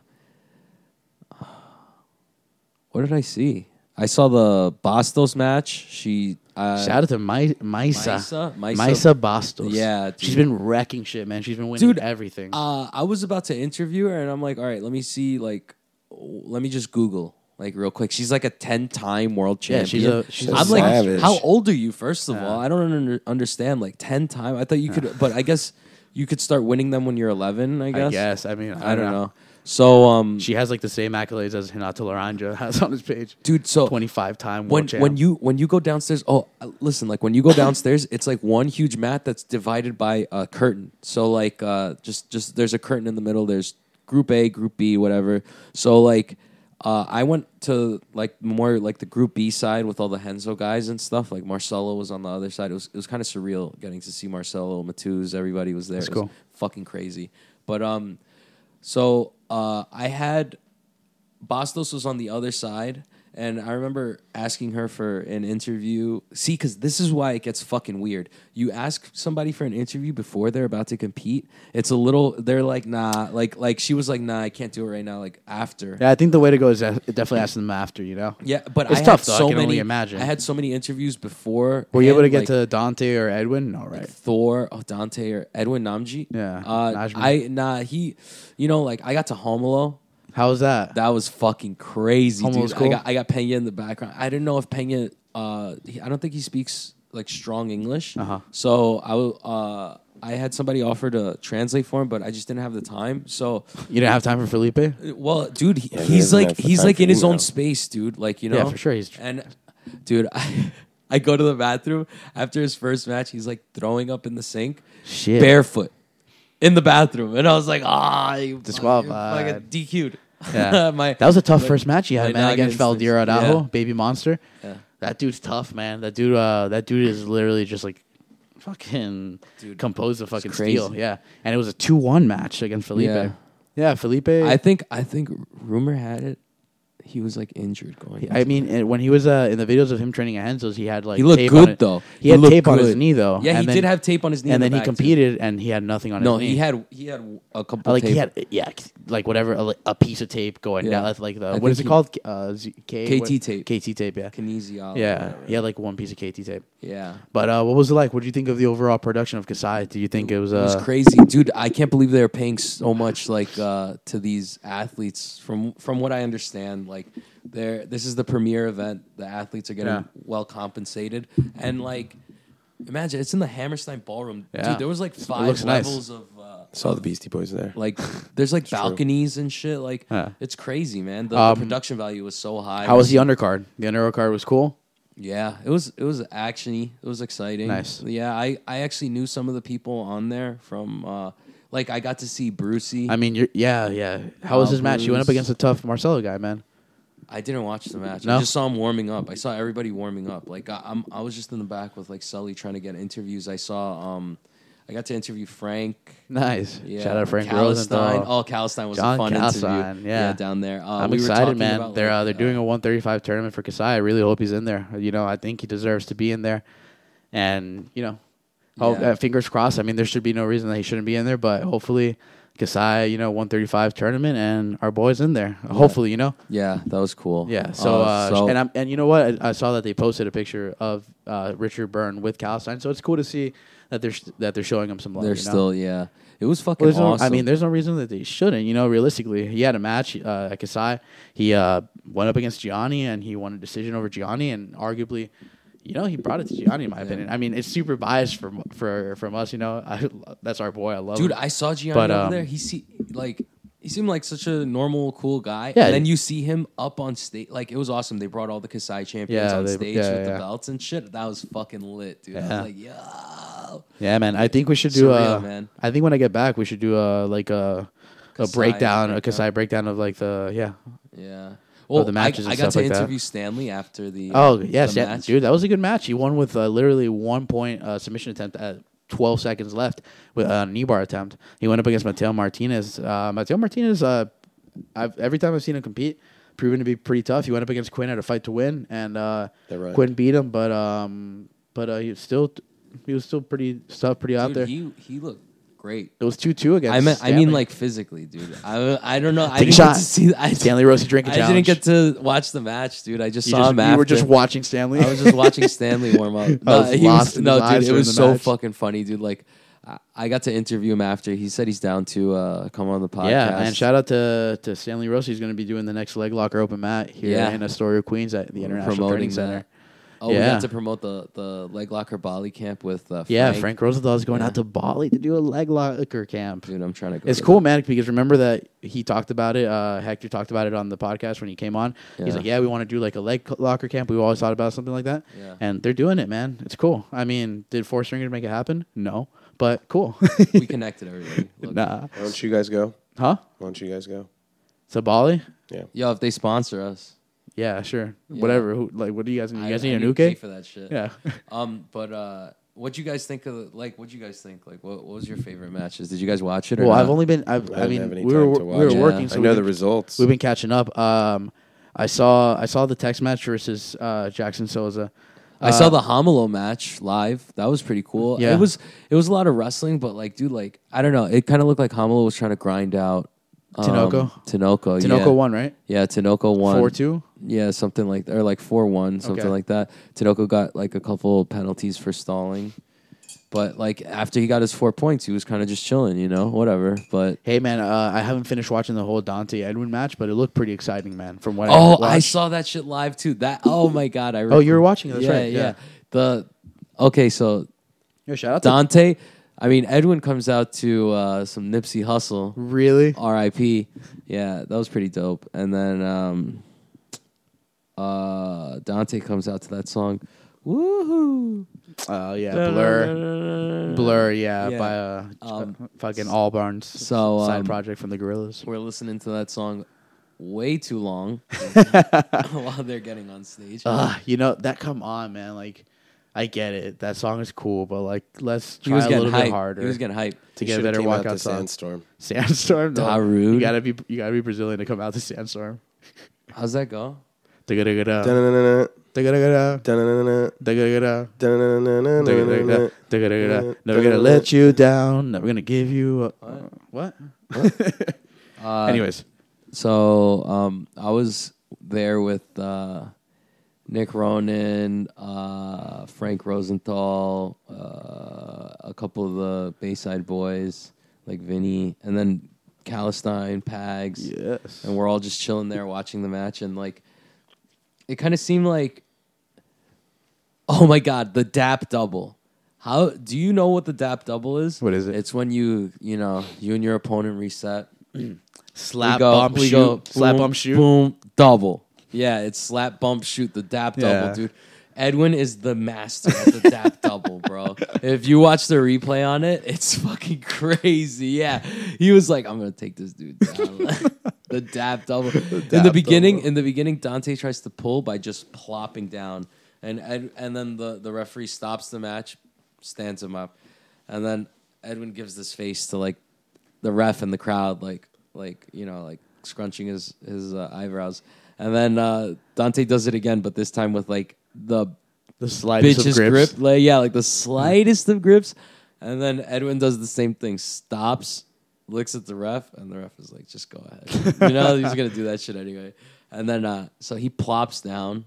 Speaker 2: what did I see? I saw the Bastos match. She uh,
Speaker 1: Shout out to My- Maisa.
Speaker 2: Maisa? Maisa-
Speaker 1: Bastos.
Speaker 2: Yeah,
Speaker 1: She's
Speaker 2: dude.
Speaker 1: been wrecking shit, man. She's been winning
Speaker 2: Dude,
Speaker 1: everything.
Speaker 2: Uh, I was about to interview her, and I'm like, all right, let me see, like, w- let me just Google, like, real quick. She's like a 10 time world
Speaker 1: Yeah,
Speaker 2: champion.
Speaker 1: she's a- she's a
Speaker 2: I'm like,
Speaker 3: savage.
Speaker 2: how old are you? First of all, I don't under- understand. Like, 10 time. I thought you could, but I guess you could start winning them when you're 11. I
Speaker 1: I
Speaker 2: guess.
Speaker 1: guess. I mean,
Speaker 2: I don't know. So, um,
Speaker 1: She has like the same accolades as Hinata Laranja has on his page.
Speaker 2: dude, so
Speaker 1: 25 time
Speaker 2: when
Speaker 1: world champ.
Speaker 2: when you when you go downstairs oh uh, listen like when you go downstairs it's like one huge mat that's divided by a curtain so like uh just just there's a curtain in the middle there's group a group b whatever so like uh, I went to like more like the group B side with all the Henzo guys and stuff. Like Marcelo was on the other side. It was it was kind of surreal getting to see Marcelo, Matuz, everybody was there. It was
Speaker 1: cool.
Speaker 2: fucking crazy. But um, so uh, I had Bastos was on the other side, And I remember asking her for an interview. See, because this is why it gets fucking weird. You ask somebody for an interview before they're about to compete. It's a little. They're like, nah. Like, like she was like, nah. I can't do it right now. Like after.
Speaker 1: Yeah, I think the way to go is a- definitely ask them after. You know.
Speaker 2: Yeah, but
Speaker 1: It's
Speaker 2: I
Speaker 1: tough,
Speaker 2: had
Speaker 1: though. I
Speaker 2: so
Speaker 1: can
Speaker 2: many.
Speaker 1: only imagine.
Speaker 2: I had so many interviews before.
Speaker 1: Were you able to get to Dante or Edwin? No, right.
Speaker 2: Thor, oh, Dante, or Edwin Namji?
Speaker 1: Yeah,
Speaker 2: uh,
Speaker 1: Najmi.
Speaker 2: I nah. He, you know, like I got to Homolo.
Speaker 1: How was that?
Speaker 2: That was fucking crazy,
Speaker 1: Homolo's
Speaker 2: dude.
Speaker 1: cool?
Speaker 2: I got I got Pena in the background. I didn't know if Pena. Uh, he, I don't think he speaks like strong English.
Speaker 1: Uh-huh.
Speaker 2: So I w- uh I had somebody offer to translate for him, but I just didn't have the time. So
Speaker 1: You didn't have time for Felipe?
Speaker 2: well, dude, he,
Speaker 3: he
Speaker 2: he's
Speaker 3: doesn't
Speaker 2: like
Speaker 3: have the
Speaker 2: he's
Speaker 3: time
Speaker 2: like
Speaker 3: for
Speaker 2: in his
Speaker 3: email.
Speaker 2: own space, dude. Like you know,
Speaker 1: Yeah, for sure, he's-
Speaker 2: and dude, I, I go to the bathroom after his first match. He's like throwing up in the sink,
Speaker 1: Shit.
Speaker 2: barefoot, in the bathroom, and I was like, ah, you fucking-
Speaker 1: Disqualified.
Speaker 2: fucking DQ'd.
Speaker 1: Yeah.
Speaker 2: My-
Speaker 1: that was a tough
Speaker 2: my-
Speaker 1: first match you had,
Speaker 2: my
Speaker 1: man, against
Speaker 2: noggin
Speaker 1: Valdir
Speaker 2: stinks.
Speaker 1: Araujo, baby monster.
Speaker 2: Yeah.
Speaker 1: That dude's tough, man. That dude, uh, that dude is literally just like fucking composed of fucking
Speaker 2: crazy.
Speaker 1: steel. Yeah, and it was a two-one match against Felipe.
Speaker 2: Yeah.
Speaker 1: Yeah, Felipe.
Speaker 2: I
Speaker 1: I,
Speaker 2: think I think rumor had it he was like injured going. into
Speaker 1: mean, it- when he was uh, in the videos of him training at Henzo's, he had like
Speaker 2: He looked
Speaker 1: tape
Speaker 2: good,
Speaker 1: on it.
Speaker 2: though.
Speaker 1: He,
Speaker 2: He
Speaker 1: had
Speaker 2: looked
Speaker 1: tape on his
Speaker 2: good.
Speaker 1: knee though.
Speaker 2: Yeah,
Speaker 1: and
Speaker 2: he
Speaker 1: then-
Speaker 2: did have tape on his knee
Speaker 1: and
Speaker 2: in
Speaker 1: then
Speaker 2: the
Speaker 1: he
Speaker 2: back, too.
Speaker 1: competed, and he had nothing on
Speaker 2: no,
Speaker 1: his knee.
Speaker 2: he had he had a couple.
Speaker 1: like
Speaker 2: tape.
Speaker 1: he had yeah, like whatever a, a piece of tape going
Speaker 2: Yeah.
Speaker 1: down. That's like the
Speaker 2: I
Speaker 1: what is it
Speaker 2: think
Speaker 1: called? Uh, Z- K,
Speaker 2: KT
Speaker 1: what-
Speaker 2: tape.
Speaker 1: KT tape. Yeah.
Speaker 2: kinesiology.
Speaker 1: Yeah, he had like one piece of KT tape.
Speaker 2: yeah.
Speaker 1: But uh, what was it like? What do you think of the overall production of Kasai? Do you think it was? Uh,
Speaker 2: It was crazy, dude. I can't believe they're paying so much like uh, to these athletes. From from what I understand, like they're this is the premier event. The athletes are getting
Speaker 1: Yeah.
Speaker 2: well compensated, and like imagine it's in the Hammerstein Ballroom,
Speaker 1: Yeah.
Speaker 2: dude. There was like
Speaker 1: It
Speaker 2: five
Speaker 1: looks nice.
Speaker 2: levels of. Uh,
Speaker 3: Saw the Beastie Boys there.
Speaker 2: like there's like balconies and shit like
Speaker 1: Yeah.
Speaker 2: it's crazy man the,
Speaker 1: Um,
Speaker 2: the production value was so high
Speaker 1: how was the undercard? The undercard was cool.
Speaker 2: yeah, it was it was actiony. It was exciting.
Speaker 1: Nice.
Speaker 2: Yeah, I I actually knew some of the people on there from uh like I got to see Brucey.
Speaker 1: I mean, you're, yeah, yeah. How was
Speaker 2: Uh,
Speaker 1: his match? You went up
Speaker 2: Bruce.
Speaker 1: against a tough Marcelo guy, man.
Speaker 2: I didn't watch the match.
Speaker 1: No?
Speaker 2: I just saw him warming up. I saw everybody warming up. Like I, I'm, I was just in the back with like Sully trying to get interviews. I saw, um, I got to interview Frank.
Speaker 1: Nice.
Speaker 2: Yeah,
Speaker 1: Shout out Frank
Speaker 2: Calistine.
Speaker 1: Rosenthal.
Speaker 2: Oh, Calistine was
Speaker 1: John
Speaker 2: a fun
Speaker 1: Calistine,
Speaker 2: interview.
Speaker 1: yeah.
Speaker 2: down there. Uh,
Speaker 1: I'm
Speaker 2: we were
Speaker 1: excited,
Speaker 2: talking
Speaker 1: man.
Speaker 2: about,
Speaker 1: they're
Speaker 2: like,
Speaker 1: uh, they're doing a 135 tournament for Kasai. I really hope he's in there. You know, I think he deserves to be in there, and you know, oh,
Speaker 2: Yeah.
Speaker 1: uh, fingers crossed. I mean, there should be no reason that he shouldn't be in there, but hopefully, Kasai, you know, 135 tournament, and our boys in there. Hopefully, you know.
Speaker 2: yeah, that was cool.
Speaker 1: Yeah. So, uh, and I'm, and you know what? I, I saw that they posted a picture of uh, Richard Byrne with Calistine, so it's cool to see that they're sh- that they're showing him some love.
Speaker 2: they're
Speaker 1: you know?
Speaker 2: still yeah. It was fucking
Speaker 1: Well, there's no-
Speaker 2: awesome.
Speaker 1: I mean, there's no reason that they shouldn't. You know, realistically, he had a match uh, at Kasai. He uh, went up against Gianni, and he won a decision over Gianni, and arguably, you know, he brought it to Gianni. In my opinion, I mean, it's super biased from for from us. You know, I, that's our boy. I love
Speaker 2: Dude,
Speaker 1: him.
Speaker 2: I saw Gianni
Speaker 1: But, um,
Speaker 2: over there. He see like he seemed like such a normal, cool guy.
Speaker 1: Yeah.
Speaker 2: And then you see him up on stage. Like it was awesome. They brought all the Kasai champions
Speaker 1: Yeah,
Speaker 2: on
Speaker 1: they-
Speaker 2: stage
Speaker 1: yeah,
Speaker 2: with
Speaker 1: yeah.
Speaker 2: the belts and shit. That was fucking lit, dude. I
Speaker 1: Yeah.
Speaker 2: was like, yo.
Speaker 1: yeah, man. I think we should do
Speaker 2: Surreal,
Speaker 1: a.
Speaker 2: man.
Speaker 1: I think when I get back, we should do a like a a breakdown,
Speaker 2: Kasai
Speaker 1: a
Speaker 2: breakdown.
Speaker 1: Kasai breakdown of like the yeah.
Speaker 2: Yeah.
Speaker 1: Oh,
Speaker 2: Well,
Speaker 1: the
Speaker 2: the
Speaker 1: matches
Speaker 2: matches I,
Speaker 1: and
Speaker 2: got
Speaker 1: stuff
Speaker 2: to
Speaker 1: like that.
Speaker 2: interview Stanley after the
Speaker 1: Oh
Speaker 2: the
Speaker 1: yes, yeah,
Speaker 2: match.
Speaker 1: dude, that was a good match. He won with uh, literally one point uh, submission attempt at 12 seconds left with a knee bar attempt. He went up against Mateo Martinez. Uh, Mateo Martinez, uh, I've, every time I've seen him compete, proven to be pretty tough. He went up against Quinn at a fight to win, and uh,
Speaker 3: They're right.
Speaker 1: Quinn beat him, but um, but uh, he was still he was still pretty tough, pretty out
Speaker 2: Dude,
Speaker 1: there.
Speaker 2: he he looked great.
Speaker 1: it was two two against.
Speaker 2: I mean, I
Speaker 1: Stanley.
Speaker 2: mean, like physically, dude. I, I don't know. I
Speaker 1: Take a
Speaker 2: didn't
Speaker 1: shot.
Speaker 2: get to see. I,
Speaker 1: Stanley Rossi drinking
Speaker 2: I didn't
Speaker 1: challenge.
Speaker 2: get to watch the match, dude. I just
Speaker 1: you,
Speaker 2: saw
Speaker 1: just,
Speaker 2: him
Speaker 1: you
Speaker 2: after.
Speaker 1: were just watching Stanley.
Speaker 2: I was just watching Stanley warm up. No,
Speaker 1: was
Speaker 2: he
Speaker 1: lost in
Speaker 2: no,
Speaker 1: his eyes
Speaker 2: dude, it
Speaker 1: during
Speaker 2: was
Speaker 1: the
Speaker 2: so
Speaker 1: match.
Speaker 2: fucking funny, dude. Like, I, I got to interview him after. He said he's down to uh, come on the podcast.
Speaker 1: Yeah, and shout out to to Stanley Rossi. He's going to be doing the next leg locker open mat here
Speaker 2: Yeah.
Speaker 1: in Astoria, Queens, at the
Speaker 2: We're
Speaker 1: International
Speaker 2: promoting
Speaker 1: Training Center.
Speaker 2: that. Oh, we
Speaker 1: Yeah.
Speaker 2: got to promote the the leg locker Bali camp with uh, Frank.
Speaker 1: Yeah, Frank, Rosenthal is going
Speaker 2: Yeah.
Speaker 1: out to Bali to do a leg locker camp.
Speaker 2: Dude, I'm trying to go.
Speaker 1: It's
Speaker 2: to
Speaker 1: cool,
Speaker 2: that.
Speaker 1: man, because remember that he talked about it. Uh, Hector talked about it on the podcast when he came on. He's
Speaker 2: Yeah.
Speaker 1: like, "Yeah, we want to do like a leg locker camp. We always thought about something like that,
Speaker 2: Yeah.
Speaker 1: and they're doing it, man. It's cool. I mean, did Force Stringer make it happen? No, but cool.
Speaker 2: We connected everybody. Look.
Speaker 1: nah,
Speaker 3: Why don't you guys go?
Speaker 1: huh?
Speaker 3: Why don't you guys go?
Speaker 1: So Bali?
Speaker 3: Yeah.
Speaker 2: Yo, if they sponsor us,
Speaker 1: Yeah, sure,
Speaker 2: Yeah.
Speaker 1: whatever. Who, like, what do you guys need? You
Speaker 2: I-
Speaker 1: guys
Speaker 2: I
Speaker 1: need a
Speaker 2: to
Speaker 1: new
Speaker 2: pay
Speaker 1: cake?
Speaker 2: for that shit.
Speaker 1: Yeah.
Speaker 2: Um, but uh, what you guys think of like? What you guys think? Like, what, what was your favorite matches? Did you guys watch it? Or
Speaker 1: Well, I've
Speaker 2: not?
Speaker 1: only been. I've,
Speaker 3: I
Speaker 1: I,
Speaker 3: didn't
Speaker 1: mean,
Speaker 3: have any
Speaker 1: we
Speaker 3: time
Speaker 1: were
Speaker 3: to
Speaker 1: we were
Speaker 3: watch
Speaker 2: it.
Speaker 1: working,
Speaker 2: Yeah.
Speaker 1: so
Speaker 3: I know
Speaker 1: we've
Speaker 3: the
Speaker 1: been,
Speaker 3: results.
Speaker 1: we've been catching up. Um, I saw I saw the text match versus uh, Jackson Souza.
Speaker 2: I saw the Homolo match live. That was pretty cool.
Speaker 1: Uh, Yeah.
Speaker 2: It was it was a lot of wrestling, but like, dude, like I don't know. It kind of looked like Homolo was trying to grind out um,
Speaker 1: Tinoco?
Speaker 2: Tinoco.
Speaker 1: Tinoco
Speaker 2: yeah.
Speaker 1: won, right?
Speaker 2: Yeah, Tinoco won.
Speaker 1: Four two.
Speaker 2: Yeah, something like or like four one, something
Speaker 1: Okay.
Speaker 2: like that. Tinoco got like a couple penalties for stalling, but like after he got his four points, he was kind of just chilling, you know, whatever. But
Speaker 1: Hey man, uh, I haven't finished watching the whole Dante Edwin match, but it looked pretty exciting, man. From what
Speaker 2: oh,
Speaker 1: I,
Speaker 2: I
Speaker 1: watched.
Speaker 2: saw that shit live too. That oh my god, I
Speaker 1: Oh, you were watching it, that's
Speaker 2: yeah,
Speaker 1: right, yeah.
Speaker 2: yeah. The okay, so
Speaker 1: Yo, shout out to
Speaker 2: Dante. I mean, Edwin comes out to uh, some Nipsey Hustle,
Speaker 1: really.
Speaker 2: Oh. R.I.P. Yeah, that was pretty dope. And then um, uh, Dante comes out to that song, "Woohoo!"
Speaker 1: Oh yeah, Blur, Blur, yeah,
Speaker 2: Yeah.
Speaker 1: by uh,
Speaker 2: Um,
Speaker 1: fucking All Barnes
Speaker 2: so,
Speaker 1: side
Speaker 2: um,
Speaker 1: project from the Gorillas.
Speaker 2: We're listening to that song way too long while they're getting on stage.
Speaker 1: Ah, you know that. Come on, man. Like, I get it. That song is cool, but like, let's
Speaker 2: he
Speaker 1: try
Speaker 2: was
Speaker 1: a
Speaker 2: getting
Speaker 1: little
Speaker 2: hype.
Speaker 1: bit harder
Speaker 2: He was getting hype.
Speaker 1: to get a
Speaker 3: Should've
Speaker 1: better
Speaker 3: came out
Speaker 1: walkout
Speaker 3: to
Speaker 1: song.
Speaker 3: Sandstorm.
Speaker 1: Sandstorm. though.
Speaker 2: Darude.
Speaker 1: You gotta be. You gotta be Brazilian to come out to Sandstorm.
Speaker 2: How's that go?
Speaker 1: Da-ga-da-ga-da.
Speaker 3: Dun-dun-dun-dun,
Speaker 1: Da-ga-da-ga-da.
Speaker 3: dun-dun-dun-dun,
Speaker 1: Da-ga-da-ga-da.
Speaker 3: dun-dun-dun-dun,
Speaker 1: Da-ga-da-ga-da.
Speaker 3: dun-dun-dun-dun.
Speaker 1: Da-ga-da-ga-da. Never gonna let you down. Never gonna give you. A, what?
Speaker 2: Uh,
Speaker 1: Anyways,
Speaker 2: So um, I was there with uh, Nick Ronan, uh, Frank Rosenthal, uh, a couple of the Bayside boys like Vinny, and then Calistine, Pags,
Speaker 1: yes.
Speaker 2: and we're all just chilling there watching the match, and like it kind of seemed like, oh my god, the DAP double. How do you know what the DAP double is?
Speaker 1: What is it?
Speaker 2: It's when you you know you and your opponent reset
Speaker 1: Slap bump shoot. slap
Speaker 2: boom,
Speaker 1: bump shoot.
Speaker 2: Boom, double. Yeah, it's slap, bump, shoot, the dap double,
Speaker 1: Yeah.
Speaker 2: dude. Edwin is the master at the dap double, bro. If you watch the replay on it, it's fucking crazy. Yeah. He was like, I'm gonna take this dude down. the dap double. in the
Speaker 3: dap
Speaker 2: beginning,
Speaker 3: double.
Speaker 2: in the beginning, Dante tries to pull by just plopping down. And Ed, and then the, the referee stops the match, stands him up, and then Edwin gives this face to like the ref and the crowd, like like you know, like scrunching his his uh, eyebrows, and then uh, Dante does it again, but this time with like the
Speaker 1: The slightest of
Speaker 2: bitch's
Speaker 1: grips.
Speaker 2: grip, like, yeah, like the slightest of grips, and then Edwin does the same thing, stops, looks at the ref, and the ref is like, "Just go ahead," you know, he's gonna do that shit anyway, and then uh, so he plops down,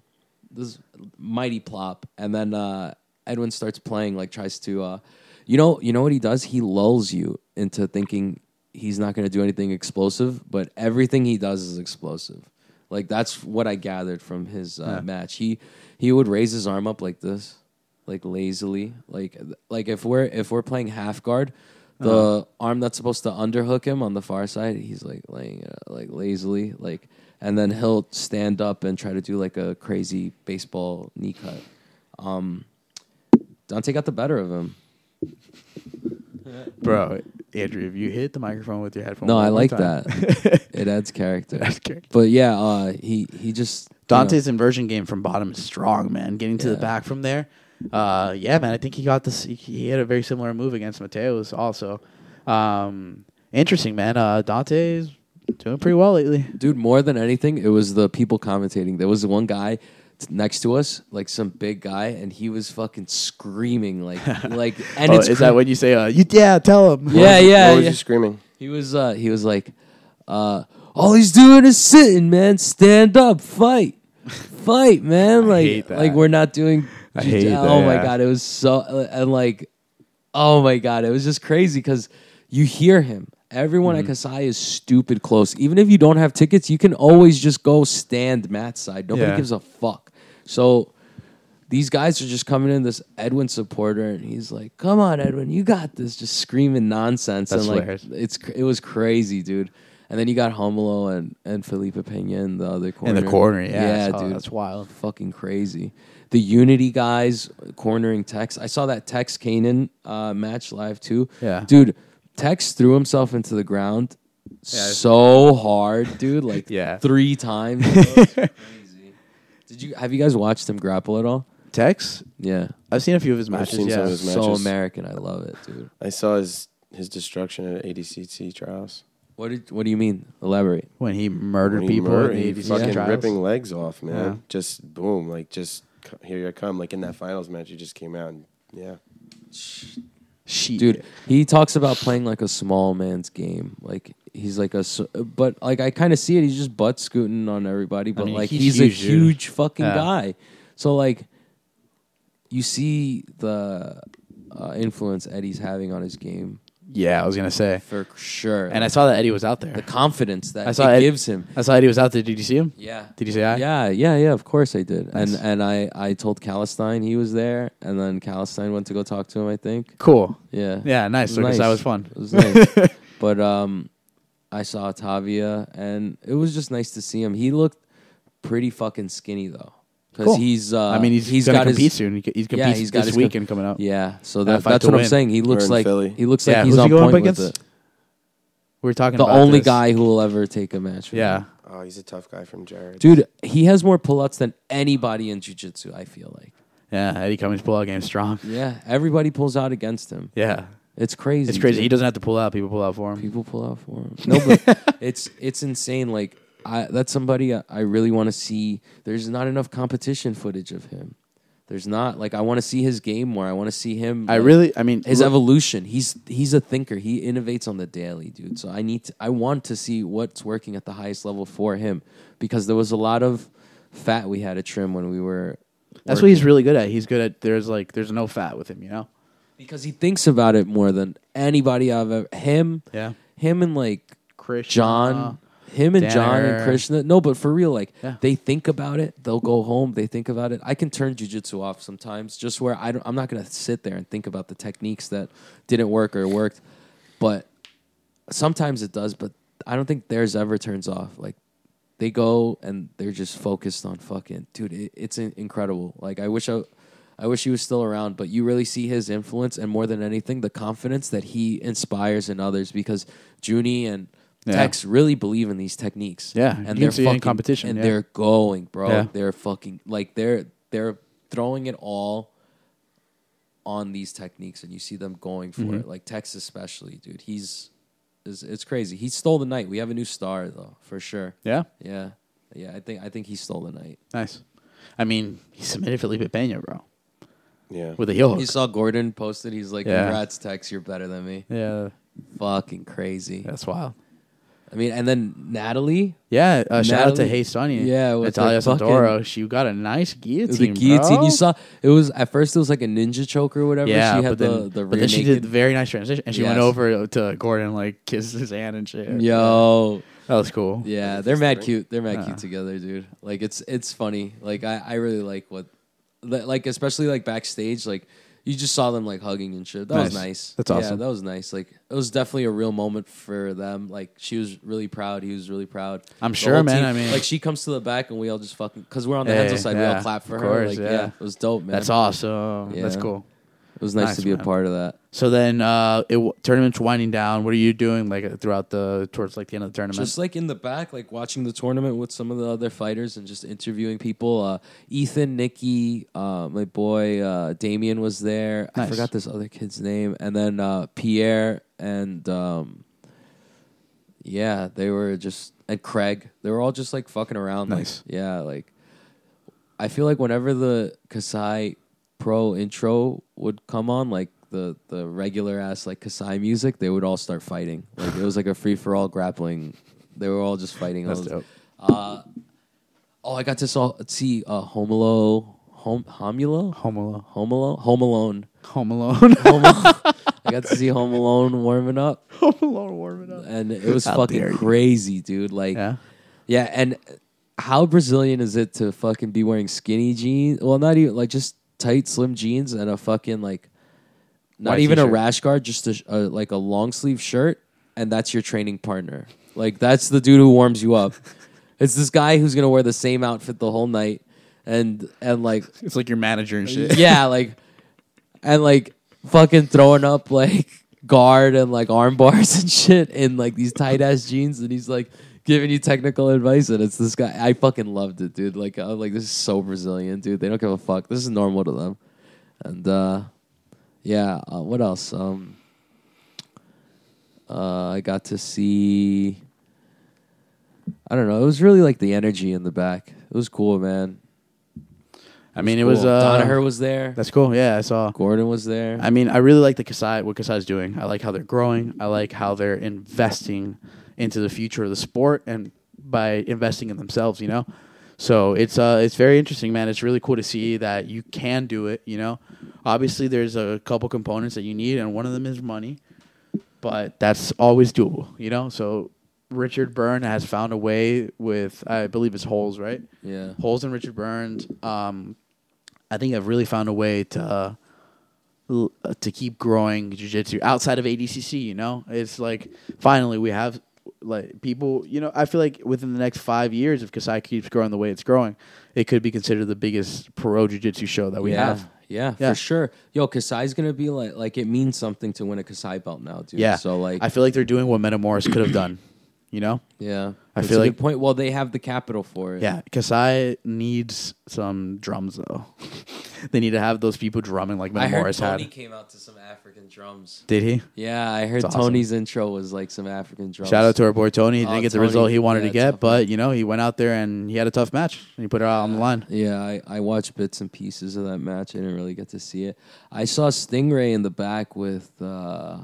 Speaker 2: this mighty plop, and then uh, Edwin starts playing, like tries to, uh, you know, you know what he does? He lulls you into thinking he's not going to do anything explosive, but everything he does is explosive. Like that's what I gathered from his uh, match. He he would raise his arm up like this, like lazily, like like if we're if we're playing half guard. The arm that's supposed to underhook him on the far side, he's like laying it out, like lazily, like and then he'll stand up and try to do like a crazy baseball knee cut. Um, Dante got the better of him.
Speaker 1: Bro, Andrew, if you hit the microphone with your headphone,
Speaker 2: No,
Speaker 1: one
Speaker 2: I
Speaker 1: more
Speaker 2: like
Speaker 1: time-
Speaker 2: that. it adds character.
Speaker 1: Adds character.
Speaker 2: But yeah, uh, he he just you
Speaker 1: Dante's inversion game from bottom is strong, man. Getting to the
Speaker 2: Yeah.
Speaker 1: back from there, uh, yeah, man. I think he got this. He, he had a very similar move against Mateos, also. Um, interesting, man. Uh, Dante's doing pretty well lately.
Speaker 2: know, dude. More than anything, it was the people commentating. There was one guy t- next to us, like some big guy, and he was fucking screaming like like. And
Speaker 1: oh,
Speaker 2: it's
Speaker 1: is that
Speaker 2: cra-
Speaker 1: when you say, uh, "You yeah, tell him"?
Speaker 2: Yeah, yeah,
Speaker 3: What was
Speaker 2: yeah.
Speaker 3: you screaming?
Speaker 2: He was uh he was like uh all he's doing is sitting, man. Stand up, fight. Fight, man. Like
Speaker 1: hate that.
Speaker 2: like we're not doing
Speaker 1: I hate
Speaker 2: jiu- Oh
Speaker 1: that,
Speaker 2: my
Speaker 1: yeah.
Speaker 2: god, it was so and like oh my god, it was just crazy cuz you hear him. Everyone at
Speaker 1: Mm-hmm.
Speaker 2: Kasai is stupid close. Even if you don't have tickets, you can always just go stand Matt's side. Nobody
Speaker 1: Yeah.
Speaker 2: gives a fuck. So these guys are just coming in this Edwin supporter, and he's like, "Come on, Edwin, you got this!" Just screaming nonsense,
Speaker 1: That's
Speaker 2: and like
Speaker 1: hilarious.
Speaker 2: it's cr- it was crazy, dude. And then you got Homolo and and Felipe Pena in the other corner.
Speaker 1: in the corner. Yeah,
Speaker 2: yeah, dude,
Speaker 1: that's wild.
Speaker 2: fucking crazy. The Unity guys cornering Tex. I saw that Tex Kanan uh, match live too.
Speaker 1: Yeah.
Speaker 2: dude, Tex threw himself into the ground so hard, dude. Like
Speaker 1: Yeah.
Speaker 2: three times. bro. It's crazy. Did you have you guys watched him grapple at all?
Speaker 1: Tex,
Speaker 2: Yeah.
Speaker 1: I've seen a few of his matches.
Speaker 3: seen some
Speaker 1: yeah,
Speaker 3: of his
Speaker 2: so
Speaker 3: matches.
Speaker 2: American. I love it, dude.
Speaker 3: I saw his his destruction at ADCT trials.
Speaker 2: What did What do you mean? Elaborate.
Speaker 1: when he murdered
Speaker 3: When he
Speaker 1: people
Speaker 3: murdered, he
Speaker 1: in the 80s
Speaker 3: fucking
Speaker 1: trials.
Speaker 3: ripping legs off, man.
Speaker 1: Yeah.
Speaker 3: Just boom, like just c- here I come. Like in that finals match, he just came out and yeah,
Speaker 1: Shit.
Speaker 2: dude he talks about playing like a small man's game like he's like a s- but like i kind of see it he's just butt scooting on everybody but
Speaker 1: mean,
Speaker 2: like
Speaker 1: he's
Speaker 2: he's,
Speaker 1: huge,
Speaker 2: a
Speaker 1: dude.
Speaker 2: huge fucking
Speaker 1: Yeah.
Speaker 2: guy so like you see the uh, influence eddie's having on his game
Speaker 1: Yeah, I was gonna say.
Speaker 2: for sure
Speaker 1: And I saw that Eddie was out there.
Speaker 2: the confidence that
Speaker 1: I saw
Speaker 2: it
Speaker 1: Ed-
Speaker 2: gives him
Speaker 1: I saw Eddie was out there. Did you see him?
Speaker 2: yeah
Speaker 1: Did you say hi?
Speaker 2: yeah yeah yeah of course i did
Speaker 1: Nice.
Speaker 2: and and i i told calistine he was there and then calistine went to go talk to him i think
Speaker 1: Cool.
Speaker 2: Yeah.
Speaker 1: Yeah, nice,
Speaker 2: It
Speaker 1: so 'cause that was fun.
Speaker 2: It was nice. but um, I saw Tavia, and it was just nice to see him. He looked pretty fucking skinny though, because
Speaker 1: Cool.
Speaker 2: he's. Uh,
Speaker 1: I mean, he's,
Speaker 2: he's
Speaker 1: gonna
Speaker 2: got
Speaker 1: compete
Speaker 2: his.
Speaker 1: soon. He, he's
Speaker 2: yeah,
Speaker 1: competing
Speaker 2: he's got
Speaker 1: this
Speaker 2: his
Speaker 1: weekend coming up.
Speaker 2: Yeah, so
Speaker 1: That
Speaker 2: that,
Speaker 1: fight
Speaker 2: that's
Speaker 1: to
Speaker 2: what I'm
Speaker 1: win.
Speaker 2: saying. He looks
Speaker 3: in
Speaker 2: like
Speaker 3: Philly.
Speaker 2: he looks
Speaker 1: Yeah,
Speaker 2: like he's
Speaker 1: who's he
Speaker 2: on
Speaker 1: going up
Speaker 2: point with
Speaker 1: against?
Speaker 2: it.
Speaker 1: We were talking
Speaker 2: The
Speaker 1: about
Speaker 2: only
Speaker 1: this.
Speaker 2: guy who will ever take a match. From
Speaker 1: Yeah,
Speaker 2: him.
Speaker 3: oh, he's a tough guy from Jared.
Speaker 2: dude, he has more pull-ups than anybody in jiu-jitsu, I feel like.
Speaker 1: yeah. Eddie Cummings pull out game strong.
Speaker 2: Yeah, everybody pulls out against him.
Speaker 1: Yeah,
Speaker 2: It's crazy.
Speaker 1: it's crazy.
Speaker 2: dude.
Speaker 1: He doesn't have to pull out. People pull out for him.
Speaker 2: People pull out for him. No, but it's it's insane. Like I, that's somebody I, I really want to see. There's not enough competition footage of him. There's not like I want to see his game more. I want to see him.
Speaker 1: I
Speaker 2: like,
Speaker 1: really, I mean,
Speaker 2: his
Speaker 1: look-
Speaker 2: evolution. He's he's a thinker. He innovates on the daily, dude. So I need to, I want to see what's working at the highest level for him because there was a lot of fat we had to trim when we were.
Speaker 1: That's
Speaker 2: working.
Speaker 1: what he's really good at. He's good at there's like there's no fat with him, you know.
Speaker 2: because he thinks about it more than anybody I've ever. Him,
Speaker 1: Yeah.
Speaker 2: him, and like
Speaker 1: Krishna,
Speaker 2: John, him and John and
Speaker 1: Danner.
Speaker 2: Krishna. No, but for real, like
Speaker 1: Yeah.
Speaker 2: they think about it. They'll go home. They think about it. I can turn jujitsu off sometimes, just where I don't, I'm not gonna sit there and think about the techniques that didn't work or worked. But sometimes it does. But I don't think theirs ever turns off. Like they go and they're just focused on fucking dude. It, it's in- incredible. Like I wish I. I wish he was still around, but you really see his influence and more than anything, the confidence that he inspires in others because Junie and
Speaker 1: Yeah.
Speaker 2: Tex really believe in these techniques.
Speaker 1: Yeah, you
Speaker 2: and
Speaker 1: can
Speaker 2: they're
Speaker 1: see it in
Speaker 2: fucking
Speaker 1: competition,
Speaker 2: and
Speaker 1: yeah.
Speaker 2: they're going, bro.
Speaker 1: Yeah.
Speaker 2: They're fucking like they're they're throwing it all on these techniques, and you see them going for
Speaker 1: Mm-hmm.
Speaker 2: it. Like Tex, especially, dude. He's it's, it's crazy. He stole the night. We have a new star though, for sure.
Speaker 1: Yeah,
Speaker 2: yeah, yeah. I think I think he stole the night.
Speaker 1: nice. I mean, he submitted Felipe Pena, bro,
Speaker 3: yeah,
Speaker 1: with a heel hook.
Speaker 2: He saw Gordon posted. He's like,
Speaker 1: Yeah.
Speaker 2: "Congrats, Tex. You're better than me."
Speaker 1: yeah,
Speaker 2: Fucking crazy.
Speaker 1: that's wild.
Speaker 2: I mean, and then Natalie,
Speaker 1: Yeah, uh, shout out to
Speaker 2: Natalie-
Speaker 1: Hey Sonia.
Speaker 2: Yeah, with
Speaker 1: Natalia
Speaker 2: her fucking-
Speaker 1: Santoro. She got a nice
Speaker 2: It was the
Speaker 1: guillotine.
Speaker 2: guillotine.
Speaker 1: bro.
Speaker 2: You saw it was at first it was like a ninja choke or whatever.
Speaker 1: Yeah,
Speaker 2: she had
Speaker 1: but then,
Speaker 2: the the
Speaker 1: but
Speaker 2: rear
Speaker 1: then she did
Speaker 2: naked.
Speaker 1: the very nice transition, and she went
Speaker 2: Yes.
Speaker 1: over to Gordon like kissed his hand and shit.
Speaker 2: Yo,
Speaker 1: that was cool.
Speaker 2: yeah, they're mad cute. They're mad cute together, dude. Like it's it's funny. Like I I really like what, li- like especially like backstage, like. You just saw them like hugging and shit. That was
Speaker 1: Nice.
Speaker 2: nice.
Speaker 1: That's
Speaker 2: Yeah,
Speaker 1: awesome.
Speaker 2: that was nice. Like it was definitely a real moment for them. Like she was really proud. He was really proud.
Speaker 1: I'm
Speaker 2: The
Speaker 1: sure,
Speaker 2: whole
Speaker 1: man.
Speaker 2: team-
Speaker 1: I mean-
Speaker 2: like she comes to the back and we all just fucking because we're on the
Speaker 1: Hey,
Speaker 2: Henzo side. we
Speaker 1: yeah,
Speaker 2: all clap for
Speaker 1: of
Speaker 2: her.
Speaker 1: course,
Speaker 2: like yeah.
Speaker 1: yeah.
Speaker 2: it was dope, man.
Speaker 1: that's awesome. That's
Speaker 2: Yeah.
Speaker 1: cool.
Speaker 2: It was nice,
Speaker 1: Nice,
Speaker 2: to be
Speaker 1: man.
Speaker 2: a part of that.
Speaker 1: So then, uh, it w- tournament's winding down. What are you doing like uh, throughout the towards like the end of the tournament?
Speaker 2: Just like in the back, like watching the tournament with some of the other fighters and just interviewing people. Uh, Ethan, Nikki, uh, my boy uh, Damien was there. I
Speaker 1: Nice.
Speaker 2: forgot this other kid's name, and then uh, Pierre and um, yeah, they were just and Craig. They were all just like fucking around. like,
Speaker 1: Nice.
Speaker 2: yeah, like I feel like whenever the Kasai Pro intro would come on, like the the regular ass like Kasai music, they would all start fighting. Like it was like a free for all grappling. They were all just fighting.
Speaker 1: That's
Speaker 2: all
Speaker 1: dope.
Speaker 2: Uh, oh, I got to saw, see uh, Homolo, Hom Homulo,
Speaker 1: Home Alone.
Speaker 2: Homolo, Home Alone.
Speaker 1: Home Alone.
Speaker 2: Home Al- I got to see Home Alone warming up,
Speaker 1: Home Alone warming up.
Speaker 2: and it was
Speaker 1: How dare
Speaker 2: fucking
Speaker 1: you.
Speaker 2: crazy, dude. Like.
Speaker 1: Yeah.
Speaker 2: Yeah, and how Brazilian is it to fucking be wearing skinny jeans? Well, not even like just tight slim jeans and a fucking like not
Speaker 1: White
Speaker 2: even a
Speaker 1: t-shirt.
Speaker 2: rash guard, just a, sh- a like a long sleeve shirt, and that's your training partner. Like that's the dude who warms you up. it's this guy who's gonna wear the same outfit the whole night, and and like
Speaker 1: It's like your manager and shit.
Speaker 2: yeah, like and like fucking throwing up like guard and like arm bars and shit in like these tight ass jeans and he's like giving you technical advice and it's this guy I fucking loved it, dude. Like I'm like this is so Brazilian, dude. They don't give a fuck. This is normal to them. And uh yeah, uh, what else? Um Uh, I got to see. I don't know. It was really like the energy in the back. It was cool, man.
Speaker 1: I mean, it was
Speaker 2: Cool.
Speaker 1: uh,
Speaker 2: Donaher was there.
Speaker 1: That's cool. Yeah, I saw.
Speaker 2: Gordon was there.
Speaker 1: I mean, I really like the Kasai, what Kasai's doing. I like how they're growing. I like how they're investing into the future of the sport and by investing in themselves, you know? So it's uh it's very interesting, man. It's really cool to see that you can do it, you know. Obviously there's a couple components that you need and one of them is money. But that's always doable, you know? So Richard Byrne has found a way with I believe it's holes, right?
Speaker 2: yeah.
Speaker 1: Holes and Richard Burns, um, I think I've really found a way to uh, l- uh, to keep growing jiu-jitsu outside of ADCC, you know? It's like finally we have like people, you know, I feel like within the next 5 years if Kasai keeps growing the way it's growing, it could be considered the biggest pro jiu-jitsu show that we
Speaker 2: yeah.
Speaker 1: have.
Speaker 2: Yeah,
Speaker 1: Yeah.
Speaker 2: for sure. Yo, Kasai's gonna be like, like it means something to win a Kasai belt now, dude.
Speaker 1: Yeah.
Speaker 2: So like,
Speaker 1: I feel like they're doing what Metamoris could have done, you know?
Speaker 2: yeah,
Speaker 1: I
Speaker 2: That's
Speaker 1: feel
Speaker 2: a
Speaker 1: like-
Speaker 2: good point. Well, they have the capital for it.
Speaker 1: Yeah, Kasai needs some drums though. they need to have those people drumming like
Speaker 2: I heard
Speaker 1: Metamoris had.
Speaker 2: Tony came out to some African drums.
Speaker 1: Did he?
Speaker 2: Yeah, I heard
Speaker 1: It's awesome.
Speaker 2: Tony's intro was like some African drums.
Speaker 1: Shout out to our boy Tony. He
Speaker 2: Oh,
Speaker 1: didn't get the
Speaker 2: Tony.
Speaker 1: result he wanted
Speaker 2: Yeah,
Speaker 1: to get,
Speaker 2: tough.
Speaker 1: but you know he went out there and he had a tough match and he put it out on the line.
Speaker 2: Yeah, I, I watched bits and pieces of that match. I didn't really get to see it. I saw Stingray in the back with uh,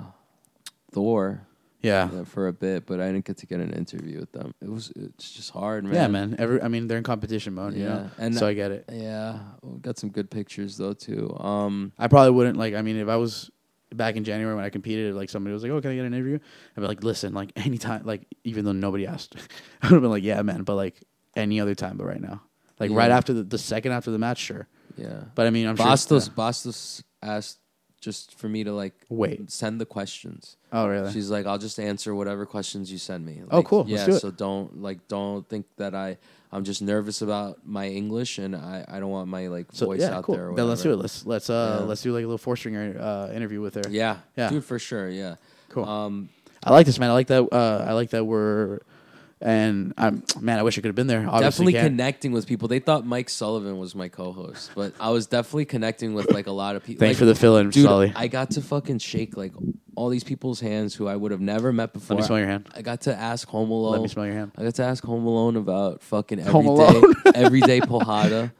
Speaker 2: Thor
Speaker 1: Yeah,
Speaker 2: uh, for a bit, but I didn't get to get an interview with them. It was it's just hard, man.
Speaker 1: yeah, man. Every I mean they're in competition mode, you
Speaker 2: Yeah,
Speaker 1: know,
Speaker 2: and-
Speaker 1: so I get it.
Speaker 2: Yeah, got some good pictures though too. Um,
Speaker 1: I probably wouldn't like. I mean, if I was back in January when I competed, like somebody was like, "Oh, can I get an interview?" I'd be like, "Listen, like anytime, like even though nobody asked, I would have been like, yeah, man, but like any other time, but right now, like
Speaker 2: Yeah.
Speaker 1: right after the, the second after the match, sure."
Speaker 2: yeah,
Speaker 1: But I mean, I'm
Speaker 2: Bastos
Speaker 1: sure.
Speaker 2: Bastos asked just for me to like
Speaker 1: Wait.
Speaker 2: send the questions.
Speaker 1: Oh really?
Speaker 2: She's like, I'll just answer whatever questions you send me. Like,
Speaker 1: Oh, cool. Let's
Speaker 2: Yeah.
Speaker 1: do it.
Speaker 2: So don't like don't think that I I'm just nervous about my English and I, I don't want my like voice out there. Or
Speaker 1: Then let's do it.
Speaker 2: whatever.
Speaker 1: Let's let's uh
Speaker 2: Yeah.
Speaker 1: let's do like a little four stringer uh, interview with her.
Speaker 2: Yeah.
Speaker 1: Yeah.
Speaker 2: Dude, for sure. Yeah.
Speaker 1: Cool.
Speaker 2: Um.
Speaker 1: I like this man. I like that. Uh, I like that we're and I'm man. I wish I could have been there. Obviously
Speaker 2: definitely
Speaker 1: can't.
Speaker 2: connecting with people. They thought Mike Sullivan was my co-host, but I was definitely connecting with like a lot of people.
Speaker 1: Thanks
Speaker 2: Like,
Speaker 1: for the fill in,
Speaker 2: dude,
Speaker 1: Sully.
Speaker 2: I got to fucking shake like all these people's hands who I would have never met before.
Speaker 1: smell your hand.
Speaker 2: I got to ask Home Alone.
Speaker 1: Let me smell your hand.
Speaker 2: I got to ask Home Alone about fucking
Speaker 1: Home
Speaker 2: everyday
Speaker 1: Alone.
Speaker 2: everyday Pojada.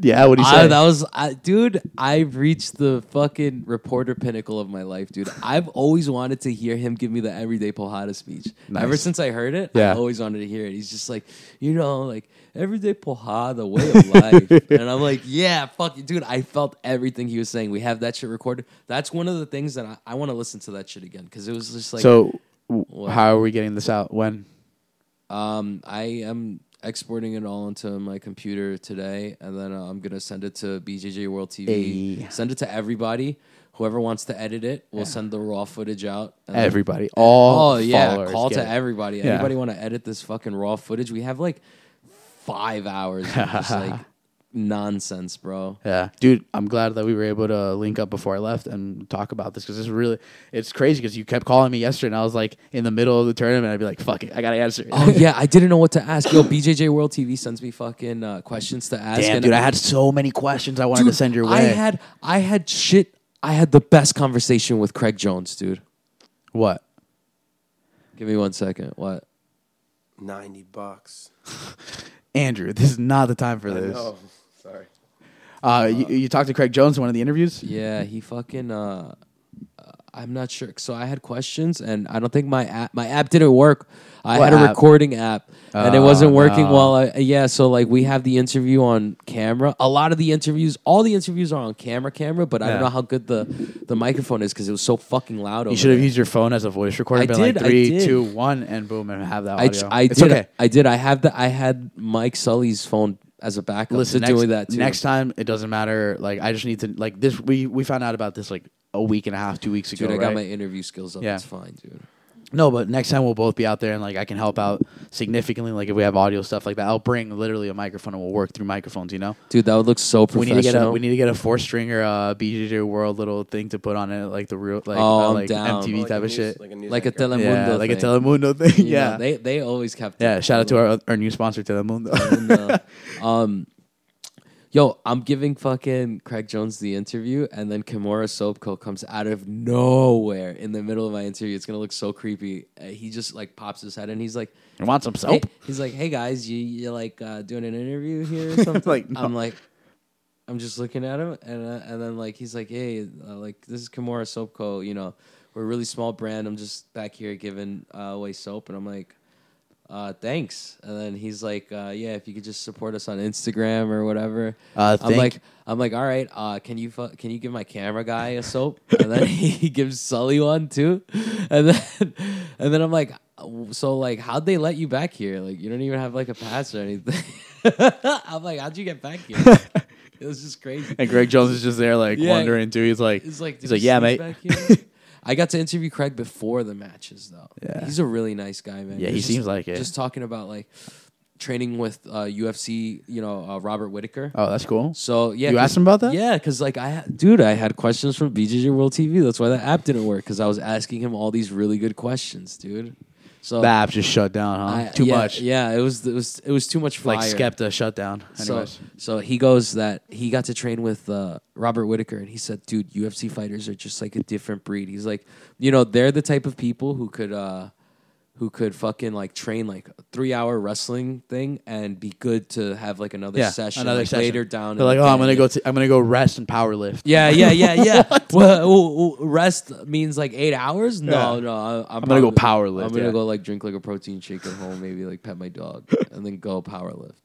Speaker 1: yeah, what do you
Speaker 2: I,
Speaker 1: say?
Speaker 2: that was, I, dude. I've reached the fucking reporter pinnacle of my life, dude. I've always wanted to hear him give me the everyday Pojada speech.
Speaker 1: Nice.
Speaker 2: Ever since I heard it,
Speaker 1: Yeah.
Speaker 2: I always wanted to hear it. He's just like, you know, like everyday Pojada way of life, and I'm like, yeah, fuck, you, dude. I felt everything he was saying. We have that shit recorded. That's one of the things that I, I want to listen to that shit again because it was just like,
Speaker 1: so, w how are we getting this out? When?
Speaker 2: um, I am exporting it all into my computer today, and then uh, I'm gonna send it to BJJ World TV.
Speaker 1: Ay.
Speaker 2: Send it to everybody. Whoever wants to edit it, we'll send the raw footage out. and then-
Speaker 1: Everybody, all
Speaker 2: oh yeah,
Speaker 1: followers
Speaker 2: call
Speaker 1: get
Speaker 2: to
Speaker 1: it.
Speaker 2: everybody.
Speaker 1: Yeah.
Speaker 2: Anybody want to edit this fucking raw footage? We have like five hours of just like nonsense, bro.
Speaker 1: Yeah, dude, I'm glad that we were able to link up before I left and talk about this because this is really it's crazy because you kept calling me yesterday and I was like in the middle of the tournament I'd be like fuck it I gotta answer it.
Speaker 2: Oh yeah, I didn't know what to ask. Yo, BJJ World TV sends me fucking uh, questions to ask.
Speaker 1: Damn,
Speaker 2: and
Speaker 1: dude, I had so many questions I wanted to
Speaker 2: Dude,
Speaker 1: send your way.
Speaker 2: I had I had shit. I had the best conversation with Craig Jones, dude.
Speaker 1: what?
Speaker 2: Give me one second. What?
Speaker 3: 90 bucks.
Speaker 1: Andrew, this is not the time for this.
Speaker 3: Oh, sorry.
Speaker 1: Uh, you, you talked to Craig Jones in one of the interviews.
Speaker 2: Yeah, he fucking. Uh, uh, I'm not sure. So I had questions, and I don't think my app my app didn't work. I
Speaker 1: What
Speaker 2: had a
Speaker 1: app?
Speaker 2: recording app, and it
Speaker 1: Oh,
Speaker 2: wasn't working
Speaker 1: no.
Speaker 2: while I. Yeah, so like we have the interview on camera. A lot of the interviews, all the interviews are on camera, camera. But I
Speaker 1: Yeah.
Speaker 2: don't know how good the the microphone is because it was so fucking loud. Over
Speaker 1: You should have
Speaker 2: there.
Speaker 1: used your phone as a voice recorder.
Speaker 2: I
Speaker 1: been
Speaker 2: did,
Speaker 1: like
Speaker 2: I
Speaker 1: three,
Speaker 2: did.
Speaker 1: two, one, and boom, and have that
Speaker 2: I,
Speaker 1: audio.
Speaker 2: I
Speaker 1: it's
Speaker 2: did.
Speaker 1: okay.
Speaker 2: I did. I have the. I had Mike Sully's phone as a backup
Speaker 1: Listen,
Speaker 2: to
Speaker 1: next,
Speaker 2: doing that too.
Speaker 1: next time it doesn't matter. Like I just need to like this. We we found out about this like a week and a half, two weeks ago.
Speaker 2: dude, I got
Speaker 1: right?
Speaker 2: my interview skills up.
Speaker 1: Yeah.
Speaker 2: It's fine, dude.
Speaker 1: No, but next time we'll both be out there and like I can help out significantly. Like if we have audio stuff like that, I'll bring literally a microphone and we'll work through microphones. You know,
Speaker 2: Dude, that would look so
Speaker 1: we
Speaker 2: professional.
Speaker 1: need to get a we need to get a four stringer uh, BJJ World little thing to put on it, like the real like,
Speaker 2: Oh,
Speaker 1: uh,
Speaker 2: I'm
Speaker 1: like
Speaker 2: down.
Speaker 1: MTV type of shit,
Speaker 3: Like a, news
Speaker 2: like a
Speaker 3: anchor.
Speaker 2: Telemundo,
Speaker 1: yeah, like
Speaker 2: thing.
Speaker 1: a Telemundo thing.
Speaker 2: You know,
Speaker 1: yeah,
Speaker 2: they they always kept.
Speaker 1: yeah.
Speaker 2: it.
Speaker 1: Shout out to our our new sponsor Telemundo.
Speaker 2: And, uh, um, yo, I'm giving fucking Craig Jones the interview, and then Kimura Sopko comes out of nowhere in the middle of my interview. It's gonna look so creepy. Uh, he just like pops his head and he's like,
Speaker 1: You want some
Speaker 2: hey,
Speaker 1: soap?
Speaker 2: he's like, hey guys, you you like uh, doing an interview here or something?
Speaker 1: Like, no.
Speaker 2: I'm like, I'm just looking at him, and uh, and then like he's like, hey, uh, like this is Kimura Soapco, you know, we're a really small brand. I'm just back here giving uh, away soap, and I'm like, uh, thanks. And then he's like, uh, yeah, if you could just support us on Instagram or whatever.
Speaker 1: Uh,
Speaker 2: I'm
Speaker 1: thank-
Speaker 2: like, I'm like, all right, uh, can you fu- can you give my camera guy a soap? and then he gives Sully one too, and then and then I'm like, so like, how'd they let you back here? Like, you don't even have like a pass or anything. I'm like, how'd you get back here? it was just crazy.
Speaker 1: And Greg Jones is just there, like
Speaker 2: Yeah.
Speaker 1: wondering too. He's like,
Speaker 2: It's like,
Speaker 1: he's
Speaker 2: did
Speaker 1: like,
Speaker 2: you
Speaker 1: yeah, mate.
Speaker 2: sneak back here?" I got to interview Craig before the matches, though.
Speaker 1: Yeah.
Speaker 2: he's a really nice guy, man.
Speaker 1: Yeah,
Speaker 2: He
Speaker 1: he
Speaker 2: was
Speaker 1: seems
Speaker 2: just-
Speaker 1: like it.
Speaker 2: Just talking about like training with uh, UFC, you know, uh, Robert Whitaker.
Speaker 1: Oh, that's cool.
Speaker 2: So yeah,
Speaker 1: You
Speaker 2: 'cause-
Speaker 1: asked him about that?
Speaker 2: Yeah, because like I, ha- dude, I had questions from BJJ World TV. That's why the app didn't work because I was asking him all these really good questions, dude. So
Speaker 1: The app just shut down, huh?
Speaker 2: I-
Speaker 1: too
Speaker 2: yeah,
Speaker 1: much.
Speaker 2: Yeah, it was it was it was too much fire.
Speaker 1: Like Skepta shut down.
Speaker 2: So,
Speaker 1: Anyways.
Speaker 2: so he goes that he got to train with uh, Robert Whitaker, and he said, "Dude, UFC fighters are just like a different breed." He's like, you know, they're the type of people who could, uh, who could fucking like train like a three hour wrestling thing and be good to have like another
Speaker 1: yeah,
Speaker 2: session,
Speaker 1: another
Speaker 2: like,
Speaker 1: session.
Speaker 2: later down. in
Speaker 1: They're like,
Speaker 2: the
Speaker 1: oh, I'm
Speaker 2: day."
Speaker 1: gonna go. T- I'm gonna go rest and power lift.
Speaker 2: Yeah, yeah, yeah, yeah. well, w- w- rest means like eight hours. No,
Speaker 1: Yeah.
Speaker 2: no, I, I'm,
Speaker 1: gonna go
Speaker 2: probably-
Speaker 1: power lift,
Speaker 2: I'm gonna
Speaker 1: yeah.
Speaker 2: go like drink like a protein shake at home, maybe like pet my dog, and then go power lift.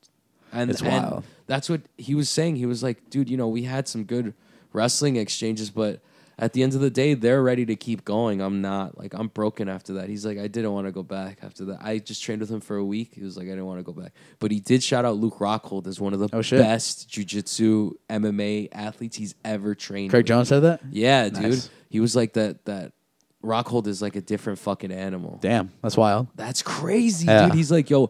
Speaker 2: And
Speaker 1: It's
Speaker 2: and
Speaker 1: wild.
Speaker 2: That's what he was saying. He was like, dude, you know, we had some good wrestling exchanges, but at the end of the day, they're ready to keep going. I'm not like I'm broken after that. He's like, I didn't want to go back after that. I just trained with him for a week. He was like, I didn't want to go back, but he did shout out Luke Rockhold as one of the
Speaker 1: Oh, shit.
Speaker 2: best jujitsu MMA athletes he's ever trained.
Speaker 1: Craig
Speaker 2: with.
Speaker 1: Jones said that.
Speaker 2: Yeah,
Speaker 1: Nice.
Speaker 2: dude. He was like that. That Rockhold is like a different fucking animal.
Speaker 1: Damn, that's wild.
Speaker 2: That's crazy,
Speaker 1: Yeah.
Speaker 2: dude. He's like, yo,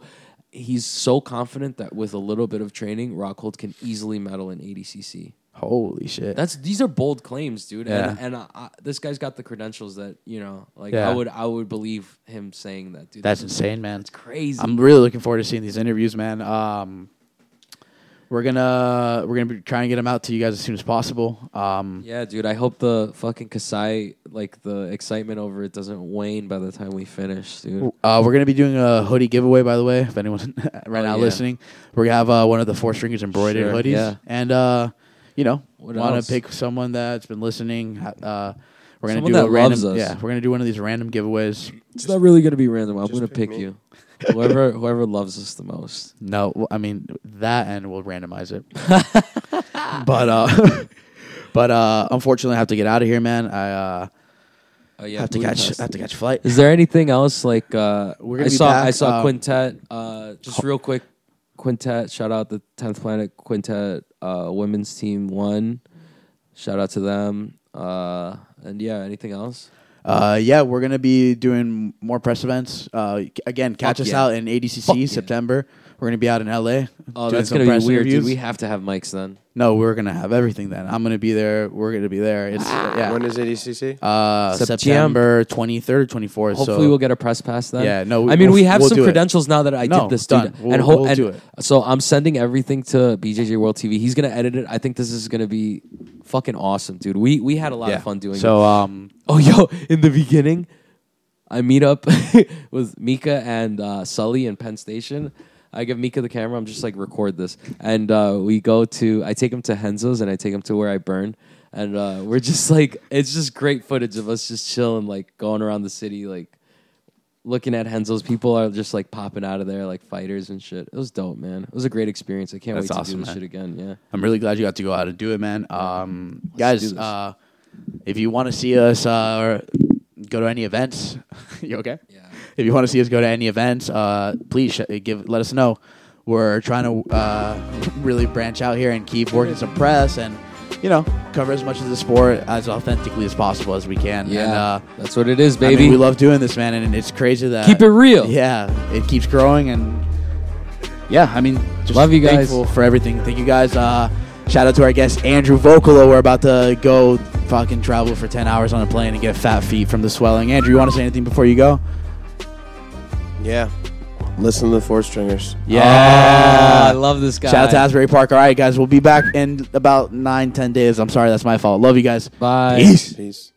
Speaker 2: he's so confident that with a little bit of training, Rockhold can easily medal in ADCC.
Speaker 1: Holy shit.
Speaker 2: That's these are bold claims, dude.
Speaker 1: Yeah.
Speaker 2: And, and I, I, this guy's got the credentials that you know, like
Speaker 1: Yeah.
Speaker 2: I would, I would believe him saying that, dude.
Speaker 1: That's insane, man.
Speaker 2: That's crazy.
Speaker 1: I'm really looking forward to seeing these interviews, man. Um, we're gonna we're gonna be trying to get them out to you guys as soon as possible. Um,
Speaker 2: yeah, dude. I hope the fucking Kasai, like the excitement over it, doesn't wane by the time we finish, dude.
Speaker 1: uh, we're gonna be doing a hoodie giveaway, by the way. If anyone right now
Speaker 2: Oh, yeah.
Speaker 1: listening, we're gonna have uh, one of the four stringers embroidered
Speaker 2: Sure,
Speaker 1: hoodies,
Speaker 2: yeah.
Speaker 1: and uh, you know,
Speaker 2: What
Speaker 1: want
Speaker 2: else?
Speaker 1: to pick someone that's been listening. ha- Uh, we're gonna
Speaker 2: Someone
Speaker 1: do a
Speaker 2: that
Speaker 1: random,
Speaker 2: loves us.
Speaker 1: yeah. We're gonna do one of these random giveaways.
Speaker 2: It's not really gonna be random. I'm gonna pick,
Speaker 3: pick me.
Speaker 2: you. Whoever whoever loves us the most.
Speaker 1: No, well, I mean that, and we'll randomize it. but uh, but uh, unfortunately, I have to get out of here, man. I uh,
Speaker 2: Oh yeah,
Speaker 1: have to catch
Speaker 2: Budapest.
Speaker 1: have to catch flight.
Speaker 2: Is there anything else like uh,
Speaker 1: We're
Speaker 2: I
Speaker 1: gonna be
Speaker 2: saw
Speaker 1: back,
Speaker 2: I saw
Speaker 1: uh,
Speaker 2: Quintet uh, just real quick Quintet shout out the 10th Planet Quintet uh, women's team won. Shout out to them. Uh, and yeah, anything else?
Speaker 1: Uh, yeah, we're gonna be doing more press events. Uh, again, catch
Speaker 2: Fuck
Speaker 1: us
Speaker 2: yeah.
Speaker 1: out in ADCC
Speaker 2: Fuck yeah.
Speaker 1: September. We're gonna be out in LA.
Speaker 2: Oh,
Speaker 1: doing
Speaker 2: that's
Speaker 1: some
Speaker 2: going to
Speaker 1: press
Speaker 2: be weird. Dude,
Speaker 1: interviews.
Speaker 2: we have to have mics then.
Speaker 1: no, we're gonna have everything then. I'm gonna be there. We're gonna be there. It's
Speaker 2: Ah,
Speaker 1: yeah.
Speaker 3: When is ADCC?
Speaker 1: Uh, September
Speaker 2: September-
Speaker 1: 23rd, 24th.
Speaker 2: Hopefully
Speaker 1: so
Speaker 2: we'll get a press pass then.
Speaker 1: Yeah, no, we-
Speaker 2: I mean
Speaker 1: we'll-
Speaker 2: we have
Speaker 1: we'll
Speaker 2: some
Speaker 1: do it.
Speaker 2: credentials now that I
Speaker 1: No,
Speaker 2: did this,
Speaker 1: done.
Speaker 2: dude.
Speaker 1: We'll-
Speaker 2: and ho-
Speaker 1: we'll
Speaker 2: and
Speaker 1: do it.
Speaker 2: So I'm sending everything to BJJ World TV. He's gonna edit it. I think this is gonna be fucking awesome, dude. We we had a lot
Speaker 1: yeah.
Speaker 2: of fun doing. it.
Speaker 1: So um,
Speaker 2: Oh, yo, in the beginning, I meet up with Mika and uh, Sully in Penn Station. I give Mika the camera. I'm just like, record this. And uh, we go to, I take him to Henzo's and I take him to where I burn. And uh, we're just like, it's just great footage of us just chilling, like going around the city, like looking at Henzo's. People are just like popping out of there, like fighters and shit. It was dope, man. It was a great experience. I can't
Speaker 1: That's
Speaker 2: wait to
Speaker 1: awesome,
Speaker 2: do this
Speaker 1: man.
Speaker 2: shit again. Yeah.
Speaker 1: I'm really glad you got to go out and do it, man. Um,
Speaker 2: do
Speaker 1: guys,
Speaker 2: this.
Speaker 1: uh, if you want to see us uh, or go to any events, you okay?
Speaker 2: Yeah.
Speaker 1: If you want to see us go to any events, uh, please sh- give let us know. We're trying to uh, really branch out here and keep working some press and you know cover as much of the sport as authentically as possible as we can.
Speaker 2: Yeah.
Speaker 1: and, uh,
Speaker 2: that's what it is,
Speaker 1: I mean,
Speaker 2: baby.
Speaker 1: we love doing this, man, and it's crazy that
Speaker 2: Keep it real.
Speaker 1: Yeah, it keeps growing, and yeah, I mean, just
Speaker 2: Love you guys.
Speaker 1: thankful for everything. Thank you guys. Uh, shout out to our guest Andrew Vocolo. We're about to go fucking travel for ten hours on a plane and get fat feet from the swelling. Andrew, you want to say anything before you go?
Speaker 3: Yeah. Listen to the four stringers.
Speaker 2: Ah, I love this guy.
Speaker 1: Shout out to Asbury Park. All right, guys, we'll be back in about nine, ten days. I'm sorry, that's my fault. Love you guys.
Speaker 2: Bye.
Speaker 1: Peace.
Speaker 3: Peace.